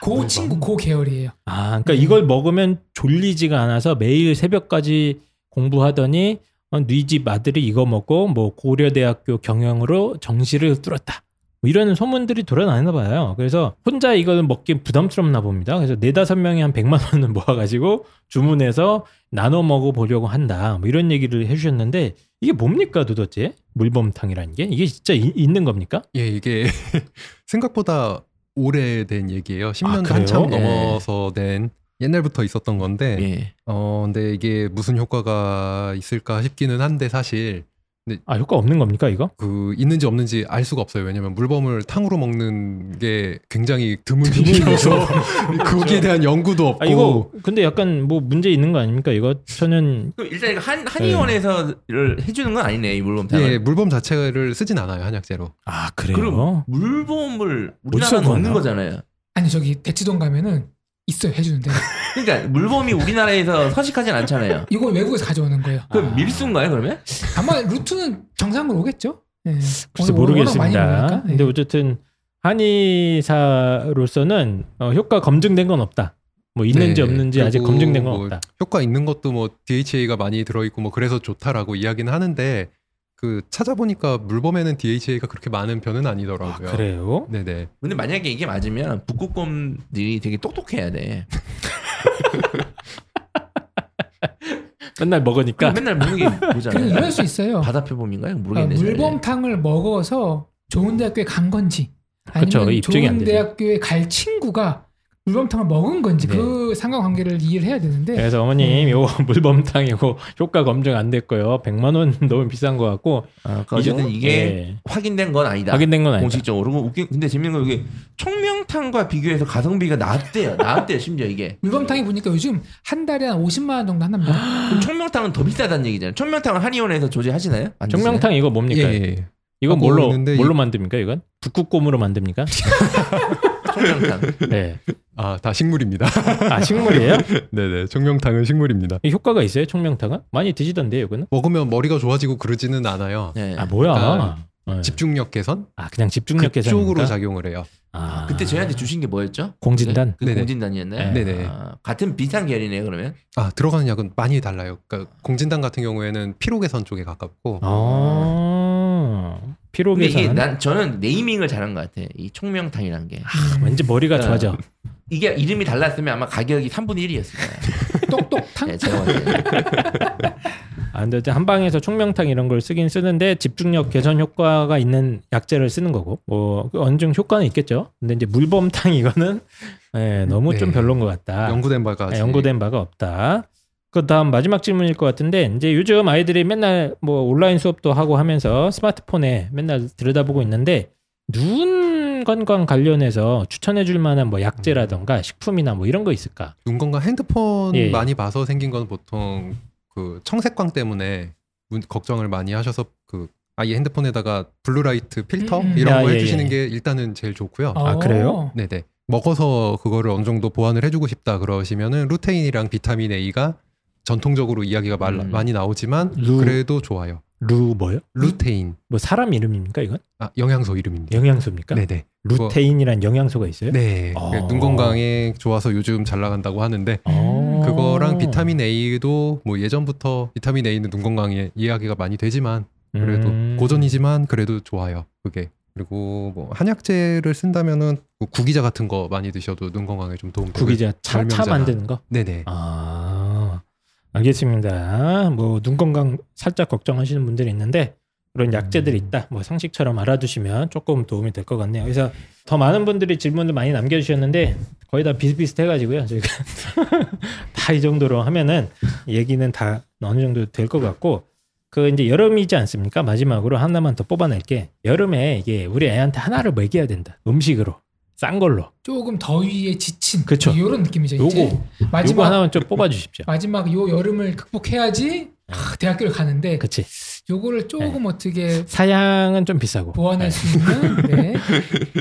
[SPEAKER 2] 그 친구, 그 계열이에요.
[SPEAKER 1] 아, 그러니까 이걸 먹으면 졸리지가 않아서 매일 새벽까지 공부하더니 어, 네 뉘집 아들이 이거 먹고 뭐 고려대학교 경영으로 정시를 뚫었다. 뭐 이런 소문들이 돌아다니나 봐요. 그래서 혼자 이걸 먹기 부담스럽나 봅니다. 그래서 네다섯 명이 한 100만 원을 모아가지고 주문해서 나눠 먹어보려고 한다. 뭐 이런 얘기를 해주셨는데 이게 뭡니까 도대체? 물범탕이라는 게? 이게 진짜 이- 있는 겁니까?
[SPEAKER 3] 예, 이게 생각보다 오래된 아, 얘기예요. 10년도
[SPEAKER 1] 그래요?
[SPEAKER 3] 한참
[SPEAKER 4] 네.
[SPEAKER 3] 넘어서 된 옛날부터 있었던 건데
[SPEAKER 1] 네.
[SPEAKER 4] 예.
[SPEAKER 3] 어 근데 이게 무슨 효과가 있을까 싶기는 한데 사실
[SPEAKER 1] 아, 효과 없는 겁니까 이거?
[SPEAKER 3] 그 있는지 없는지 알 수가 없어요. 왜냐면 물범을 탕으로 먹는 게 굉장히 드문
[SPEAKER 1] 드문
[SPEAKER 3] 일이라서 거기에 대한 연구도 없고
[SPEAKER 1] 아, 이거 근데 약간 뭐 문제 있는 거 아닙니까? 이거 저는
[SPEAKER 4] 그럼 일단 이거 한
[SPEAKER 1] 네.
[SPEAKER 4] 한의원에서를 해주는 건 아니네 이 물범탕은.
[SPEAKER 3] 예, 물범 자체를 쓰진 않아요 한약재로.
[SPEAKER 1] 아 그래요?
[SPEAKER 4] 그럼 물범을 우리나라
[SPEAKER 1] 어디서
[SPEAKER 4] 먹는
[SPEAKER 1] 구하나?
[SPEAKER 4] 거잖아요.
[SPEAKER 2] 아니 저기 대치동 가면은 있어요 해주는데
[SPEAKER 4] 그러니까 물범이 우리나라에서 서식하진 않잖아요.
[SPEAKER 2] 이거 외국에서 가져오는 거예요.
[SPEAKER 4] 그
[SPEAKER 1] 아.
[SPEAKER 4] 밀수인가요 그러면?
[SPEAKER 2] 아마 루트는 정상으로 오겠죠? 네.
[SPEAKER 1] 글쎄
[SPEAKER 2] 워낙 많이
[SPEAKER 1] 모르겠습니다.
[SPEAKER 2] 먹으니까. 네.
[SPEAKER 1] 근데 어쨌든 한의사로서는 어, 효과 검증된 건 없다. 뭐 있는지
[SPEAKER 3] 네,
[SPEAKER 1] 없는지 아직
[SPEAKER 3] 그리고
[SPEAKER 1] 검증된 건
[SPEAKER 3] 뭐
[SPEAKER 1] 없다.
[SPEAKER 3] 효과 있는 것도 뭐 DHA가 많이 들어있고 뭐 그래서 좋다라고 이야기는 하는데 그 찾아보니까 물범에는 DHA가 그렇게 많은 편은 아니더라고요.
[SPEAKER 1] 그래요?
[SPEAKER 3] 네네.
[SPEAKER 4] 근데 만약에 이게 맞으면 북극곰들이 되게 똑똑해야 돼.
[SPEAKER 1] 맨날 먹으니까
[SPEAKER 4] 맨날 먹는 게
[SPEAKER 2] 그냥
[SPEAKER 4] 뭐잖아요.
[SPEAKER 2] 이럴 수 있어요.
[SPEAKER 1] 아,
[SPEAKER 4] 바다표범인가요?
[SPEAKER 2] 그러니까
[SPEAKER 4] 모르겠네. 잘.
[SPEAKER 2] 물범탕을 먹어서 좋은 대학교에 간 건지
[SPEAKER 1] 그쵸,
[SPEAKER 2] 아니면
[SPEAKER 1] 입증이 안
[SPEAKER 2] 좋은
[SPEAKER 1] 되죠.
[SPEAKER 2] 대학교에 갈 친구가 물범탕을 먹은 건지
[SPEAKER 1] 네.
[SPEAKER 2] 그 상관관계를 이해를 해야 되는데
[SPEAKER 1] 그래서 어머님 요거 물범탕이고 효과 검증 안 됐고요. 100만 원 너무 비싼 것 같고
[SPEAKER 4] 아, 그러니까 어쨌든
[SPEAKER 1] 정도?
[SPEAKER 4] 이게
[SPEAKER 1] 예.
[SPEAKER 4] 확인된 건 아니다.
[SPEAKER 1] 확인된 건 아니다.
[SPEAKER 4] 공식적으로. 그럼 웃긴 근데 재밌는 건 이게 청명탕과 비교해서 가성비가 낮대요. 낮대요. 심지어 이게.
[SPEAKER 2] 물범탕이 보니까 요즘 한 달에 한 50만 원 정도
[SPEAKER 1] 아,
[SPEAKER 2] 한답니다.
[SPEAKER 4] 그럼 청명탕은 더 비싸다는 얘기잖아요. 청명탕은 한의원에서 조제하시나요? 안 드시나요?
[SPEAKER 1] 정명탕 이거
[SPEAKER 3] 예,
[SPEAKER 1] 뭡니까?
[SPEAKER 3] 예, 예.
[SPEAKER 1] 이건
[SPEAKER 3] 아,
[SPEAKER 1] 뭘로
[SPEAKER 3] 모르겠는데
[SPEAKER 1] 뭘로 만듭니까? 이건 북극곰으로 만듭니까?
[SPEAKER 4] 청명탕.
[SPEAKER 1] 네.
[SPEAKER 3] 아, 다 식물입니다.
[SPEAKER 1] 아 식물이에요?
[SPEAKER 3] 네, 네. 청명탕은 식물입니다.
[SPEAKER 1] 이 효과가 있어요? 청명탕은 많이 드시던데요, 이거는?
[SPEAKER 3] 먹으면 머리가 좋아지고 그러지는 않아요.
[SPEAKER 4] 네.
[SPEAKER 1] 아 뭐야?
[SPEAKER 3] 그러니까
[SPEAKER 1] 네.
[SPEAKER 3] 집중력 개선?
[SPEAKER 1] 아 그냥 집중력
[SPEAKER 3] 그쪽으로
[SPEAKER 1] 개선입니까?
[SPEAKER 3] 작용을 해요.
[SPEAKER 1] 아,
[SPEAKER 4] 그때 저희한테 주신 게 뭐였죠?
[SPEAKER 1] 공진단? 예.
[SPEAKER 4] 그
[SPEAKER 3] 네네.
[SPEAKER 4] 공진단이었나요?
[SPEAKER 3] 네네.
[SPEAKER 4] 아, 같은 비슷한 계열이네요. 그러면.
[SPEAKER 3] 아, 들어가는 약은 많이 달라요. 그러니까 공진단 같은 경우에는 피로 개선 쪽에 가깝고
[SPEAKER 1] 아 피로
[SPEAKER 4] 근데 이게
[SPEAKER 1] 개선.
[SPEAKER 4] 난 저는 네이밍을 잘한 것 같아. 이 청명탕이라는 게
[SPEAKER 1] 왠지 머리가
[SPEAKER 3] 네.
[SPEAKER 4] 어.
[SPEAKER 1] 좋아져.
[SPEAKER 4] 이게 이름이 달랐으면 아마 가격이 3분의 1이었을 거예요.
[SPEAKER 2] 똑똑탕
[SPEAKER 4] 네, 제가 봤을 때.
[SPEAKER 1] 아, 근데 어쨌든 한방에서 총명탕 이런 걸 쓰긴 쓰는데 집중력 개선 효과가 있는 약재를 쓰는 거고 뭐그 어느 정도 효과는 있겠죠. 근데 이제 물범탕 이거는 예, 너무 좀
[SPEAKER 3] 네.
[SPEAKER 1] 별론 것 같다.
[SPEAKER 3] 연구된 바가
[SPEAKER 1] 예, 연구된 바가 없다. 그 다음 마지막 질문일 것 같은데 이제 요즘 아이들이 맨날 뭐 온라인 수업도 하고 하면서 스마트폰에 맨날 들여다보고 있는데 눈 건강 관련해서 추천해줄 만한 뭐
[SPEAKER 3] 음.
[SPEAKER 1] 약재라던가 식품이나 뭐 이런 거 있을까?
[SPEAKER 3] 눈 건강 핸드폰
[SPEAKER 1] 예, 예.
[SPEAKER 3] 많이 봐서 생긴 건 보통 그 청색광 때문에 문- 걱정을 많이 하셔서 그 아예 핸드폰에다가 블루라이트 필터
[SPEAKER 2] 음, 음.
[SPEAKER 3] 이런
[SPEAKER 1] 아,
[SPEAKER 3] 거
[SPEAKER 1] 예,
[SPEAKER 3] 해주시는
[SPEAKER 1] 예.
[SPEAKER 3] 게 일단은 제일 좋고요.
[SPEAKER 2] 어.
[SPEAKER 1] 아, 그래요?
[SPEAKER 3] 네네 먹어서 그거를 어느 정도 보완을 해주고 싶다 그러시면은 루테인이랑 비타민 A가 전통적으로 이야기가 말-
[SPEAKER 4] 음.
[SPEAKER 3] 많이 나오지만
[SPEAKER 1] 루-
[SPEAKER 3] 그래도 좋아요.
[SPEAKER 1] 루 뭐요?
[SPEAKER 3] 루테인
[SPEAKER 1] 뭐 사람 이름입니까 이건?
[SPEAKER 3] 아 영양소 이름입니다.
[SPEAKER 1] 영양소입니까?
[SPEAKER 3] 네네 그거-
[SPEAKER 1] 그러니까 루테인이란 영양소가 있어요?
[SPEAKER 3] 네.
[SPEAKER 1] 어.
[SPEAKER 3] 그눈 건강에 좋아서 요즘 잘 나간다고 하는데
[SPEAKER 2] 음,
[SPEAKER 1] 어.
[SPEAKER 3] 그거랑 비타민 A도 뭐 예전부터 비타민 A는 눈 건강에 이야기가 많이 되지만 그래도
[SPEAKER 1] 음.
[SPEAKER 3] 고전이지만 그래도 좋아요. 그게 그리고 뭐 한약재를 쓴다면은 뭐 구기자 같은 거 많이 드셔도 눈 건강에 좀 도움 되고
[SPEAKER 1] 구기자 차, 차
[SPEAKER 3] 절명제나.
[SPEAKER 1] 만드는 거.
[SPEAKER 3] 네네.
[SPEAKER 1] 아 알겠습니다. 뭐 눈 건강 살짝 걱정하시는 분들이 있는데
[SPEAKER 2] 음.
[SPEAKER 1] 그런 약재들이 있다. 뭐 상식처럼 알아두시면 조금 도움이 될 것 같네요. 그래서 더 많은 분들이 질문을 많이 남겨주셨는데 거의 다 비슷비슷해가지고요. 저희가 다 이 정도로 하면은 얘기는 다 어느 정도 될 것 같고 그 이제 여름이지 않습니까? 마지막으로 하나만 더 뽑아낼게. 여름에 이게 우리 애한테 하나를 먹여야 된다. 음식으로 싼 걸로.
[SPEAKER 2] 조금 더위에 지친
[SPEAKER 1] 그쵸.
[SPEAKER 2] 이런 느낌이죠. 이제
[SPEAKER 1] 요거 요거
[SPEAKER 2] 마지막
[SPEAKER 1] 하나만 좀 뽑아주십시오.
[SPEAKER 2] 마지막 요 여름을 극복해야지 아, 대학교를 가는데
[SPEAKER 1] 그치
[SPEAKER 2] 요거를 조금
[SPEAKER 1] 네.
[SPEAKER 2] 어떻게
[SPEAKER 1] 사양은 좀 비싸고
[SPEAKER 2] 보완할 수 있는 네.
[SPEAKER 1] 네.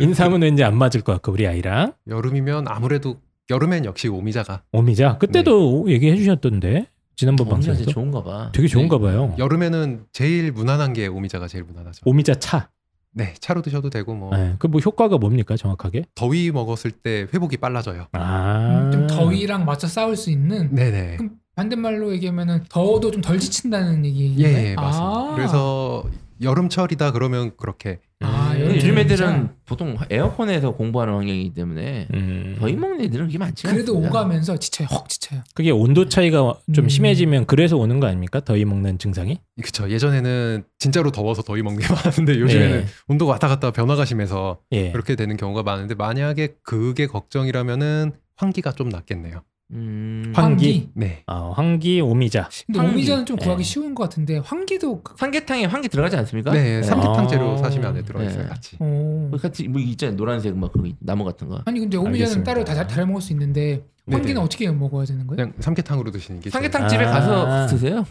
[SPEAKER 1] 인삼은 왠지 안 맞을 것 같고 우리 아이랑
[SPEAKER 3] 여름이면 아무래도 여름엔 역시 오미자가
[SPEAKER 1] 오미자 그때도 얘기해 주셨던데 지난번
[SPEAKER 4] 엄청
[SPEAKER 1] 방송에서
[SPEAKER 4] 진짜 좋은가 봐.
[SPEAKER 1] 되게 좋은가 봐요
[SPEAKER 3] 여름에는 제일 무난한 게 오미자가 제일 무난하죠.
[SPEAKER 1] 오미자 차
[SPEAKER 3] 네 차로 드셔도 되고 뭐
[SPEAKER 1] 그 뭐 효과가 뭡니까 정확하게
[SPEAKER 3] 더위 먹었을 때 회복이 빨라져요.
[SPEAKER 1] 아
[SPEAKER 2] 음, 좀 더위랑 맞춰 싸울 수 있는
[SPEAKER 3] 네네.
[SPEAKER 2] 그럼 반대말로 얘기하면은 더워도 좀 덜 지친다는 아. 얘기.
[SPEAKER 3] 예,
[SPEAKER 1] 아.
[SPEAKER 3] 예 맞습니다. 그래서 여름철이다 그러면 그렇게
[SPEAKER 2] 아,
[SPEAKER 1] 음.
[SPEAKER 2] 여름
[SPEAKER 4] 요즘
[SPEAKER 2] 진짜.
[SPEAKER 4] 애들은 보통 에어컨에서 공부하는 환경이기 때문에
[SPEAKER 1] 음.
[SPEAKER 4] 더위 먹는 애들은 그게 많지 않습니다.
[SPEAKER 2] 그래도 오가면서 지쳐요. 확 지쳐요.
[SPEAKER 1] 그게 온도 차이가 좀
[SPEAKER 2] 음.
[SPEAKER 1] 심해지면 그래서 오는 거 아닙니까 더위 먹는 증상이
[SPEAKER 3] 그쵸 예전에는 진짜로 더워서 더위 먹는 게 많았는데 요즘에는
[SPEAKER 1] 네.
[SPEAKER 3] 온도가 왔다 갔다 변화가 심해서
[SPEAKER 1] 예
[SPEAKER 3] 그렇게 되는 경우가 많은데 만약에 그게 걱정이라면은 환기가 좀 낫겠네요.
[SPEAKER 4] 음,
[SPEAKER 1] 황- 환기.
[SPEAKER 3] 네.
[SPEAKER 1] 아, 황기 오미자
[SPEAKER 2] 근데
[SPEAKER 4] 환기.
[SPEAKER 2] 오미자는 좀 구하기
[SPEAKER 1] 예.
[SPEAKER 2] 쉬운 것 같은데 환기도 그-
[SPEAKER 4] 삼계탕에 환기 들어가지 않습니까?
[SPEAKER 3] 네, 삼계탕제로
[SPEAKER 1] 아.
[SPEAKER 3] 사시면 안에 들어있어요,
[SPEAKER 4] 네.
[SPEAKER 3] 같이.
[SPEAKER 2] 어.
[SPEAKER 4] 그 같이 뭐 있잖아요. 노란색 막 그거 나무 같은 거.
[SPEAKER 2] 아니 근데 오미자는
[SPEAKER 1] 알겠습니다.
[SPEAKER 2] 따로 다 다려 먹을 수 있는데 환기는
[SPEAKER 3] 네네.
[SPEAKER 2] 어떻게 먹어야 되는 거예요?
[SPEAKER 3] 그냥 삼계탕으로 드시는 게. 제일-
[SPEAKER 4] 삼계탕 집에
[SPEAKER 1] 아.
[SPEAKER 4] 가서 드세요.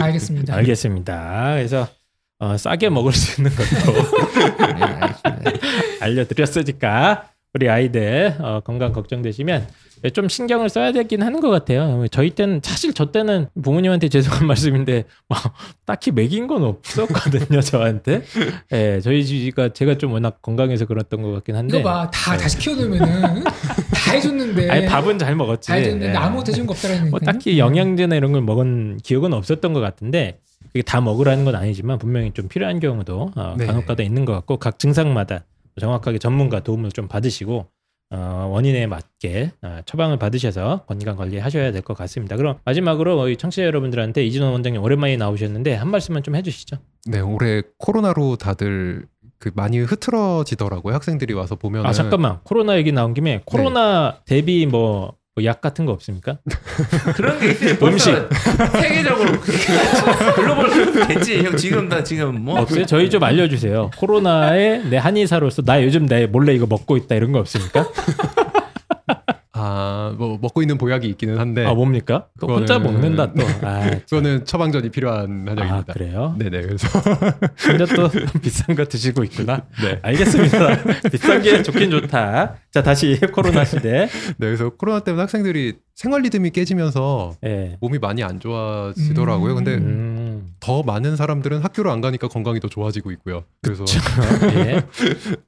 [SPEAKER 2] 알겠습니다.
[SPEAKER 1] 네. 알겠습니다 그래서 어, 싸게 먹을 수 있는 것도
[SPEAKER 4] 네, 알겠습니다.
[SPEAKER 1] 알려드렸으니까 우리 아이들 어, 건강 걱정되시면 좀 신경을 써야 되긴 하는 것 같아요. 저희 때는 사실 저 때는 부모님한테 죄송한 말씀인데 뭐, 딱히 먹인 건 없었거든요 저한테. 예, 저희 집이가 제가 좀 워낙 건강해서 그랬던 것 같긴 한데.
[SPEAKER 2] 이거 봐, 다
[SPEAKER 1] 네.
[SPEAKER 2] 다시 키워놓으면은 다 해줬는데,
[SPEAKER 1] 아니 밥은 잘 먹었지.
[SPEAKER 2] 다 해줬는데
[SPEAKER 1] 예.
[SPEAKER 2] 아무 대준 거 없다라는.
[SPEAKER 1] 뭐
[SPEAKER 2] 거니까요. 음.
[SPEAKER 1] 딱히 영양제나 이런 걸 먹은 기억은 없었던 것 같은데 그게 다 먹으라는 건 아니지만 분명히 좀 필요한 경우도 어,
[SPEAKER 3] 네.
[SPEAKER 1] 간혹가다 있는 것 같고 각 증상마다 정확하게 전문가 도움을 좀 받으시고 어, 원인에 맞게 어, 처방을 받으셔서 건강 관리하셔야 될 것 같습니다. 그럼 마지막으로 우리 청취자 여러분들한테 이진원 원장님 오랜만에 나오셨는데 한 말씀만 좀 해주시죠.
[SPEAKER 3] 네, 올해 코로나로 다들 그 많이 흐트러지더라고요. 학생들이 와서 보면
[SPEAKER 1] 아 잠깐만 코로나 얘기 나온 김에
[SPEAKER 2] 네.
[SPEAKER 1] 코로나 대비 뭐 약 같은 거 없습니까?
[SPEAKER 4] 그런 게 있어요.
[SPEAKER 1] 음식.
[SPEAKER 4] 벌써 세계적으로 글로벌 됐지. 형 지금 다 지금 뭐
[SPEAKER 1] 없어요? 저희 좀 알려주세요. 코로나에 내 한의사로서 나 요즘 내 몰래 이거 먹고 있다 이런 거 없습니까?
[SPEAKER 3] 아뭐 먹고 있는 보약이 있기는 한데
[SPEAKER 1] 아 뭡니까? 또
[SPEAKER 3] 그거는-
[SPEAKER 1] 혼자 먹는다 또. 아,
[SPEAKER 3] 그거는 처방전이 필요한
[SPEAKER 1] 아
[SPEAKER 3] 한약입니다.
[SPEAKER 1] 그래요?
[SPEAKER 3] 네네 그래서
[SPEAKER 1] 근데 또 비싼 거 드시고 있구나. 알겠습니다. 네. 비싼 게 좋긴 좋다. 자 다시 코로나 시대.
[SPEAKER 3] 네 그래서 코로나 때문에 학생들이 생활 리듬이 깨지면서
[SPEAKER 1] 예.
[SPEAKER 3] 몸이 많이 안 좋아지더라고요. 근데
[SPEAKER 2] 음.
[SPEAKER 1] 음.
[SPEAKER 3] 더 많은 사람들은 학교를 안 가니까 건강이 더 좋아지고 있고요. 그래서
[SPEAKER 1] 예.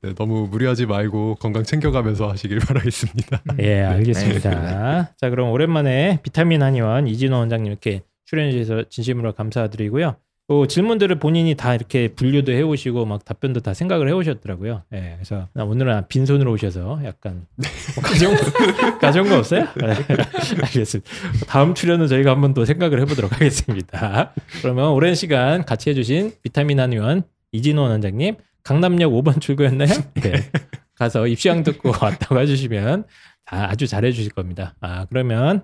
[SPEAKER 3] 네, 너무 무리하지 말고 건강 챙겨가면서 하시길 바라겠습니다.
[SPEAKER 1] 예, 알겠습니다.
[SPEAKER 4] 알겠습니다.
[SPEAKER 1] 자, 그럼 오랜만에 비타민 한의원 이진호 원장님 이렇게 출연해 주셔서 진심으로 감사드리고요. 또 질문들을 본인이 다 이렇게 분류도 해 오시고 막 답변도 다 생각을 해 오셨더라고요. 예. 그래서 나 오늘은 빈손으로 오셔서 약간 뭐 가져온 거, 가져온 거 없어요? 예, 알겠습니다. 다음 출연은 저희가 한번 또 생각을 해 보도록 하겠습니다. 그러면 오랜 시간 같이 해 주신 비타민 한의원 이진호 원장님 강남역 5번 출구였나요? 네. 가서 입시왕 듣고 왔다고 해주시면 다 아주 잘해 주실 겁니다. 아 그러면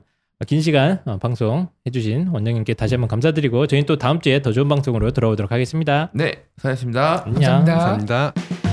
[SPEAKER 1] 긴 시간 어, 방송 해주신 원장님께 다시 한번 감사드리고 저희는 또 다음 주에 더 좋은 방송으로 돌아오도록 하겠습니다.
[SPEAKER 4] 네, 수고하셨습니다.
[SPEAKER 1] 안녕.
[SPEAKER 2] 감사합니다.
[SPEAKER 3] 감사합니다.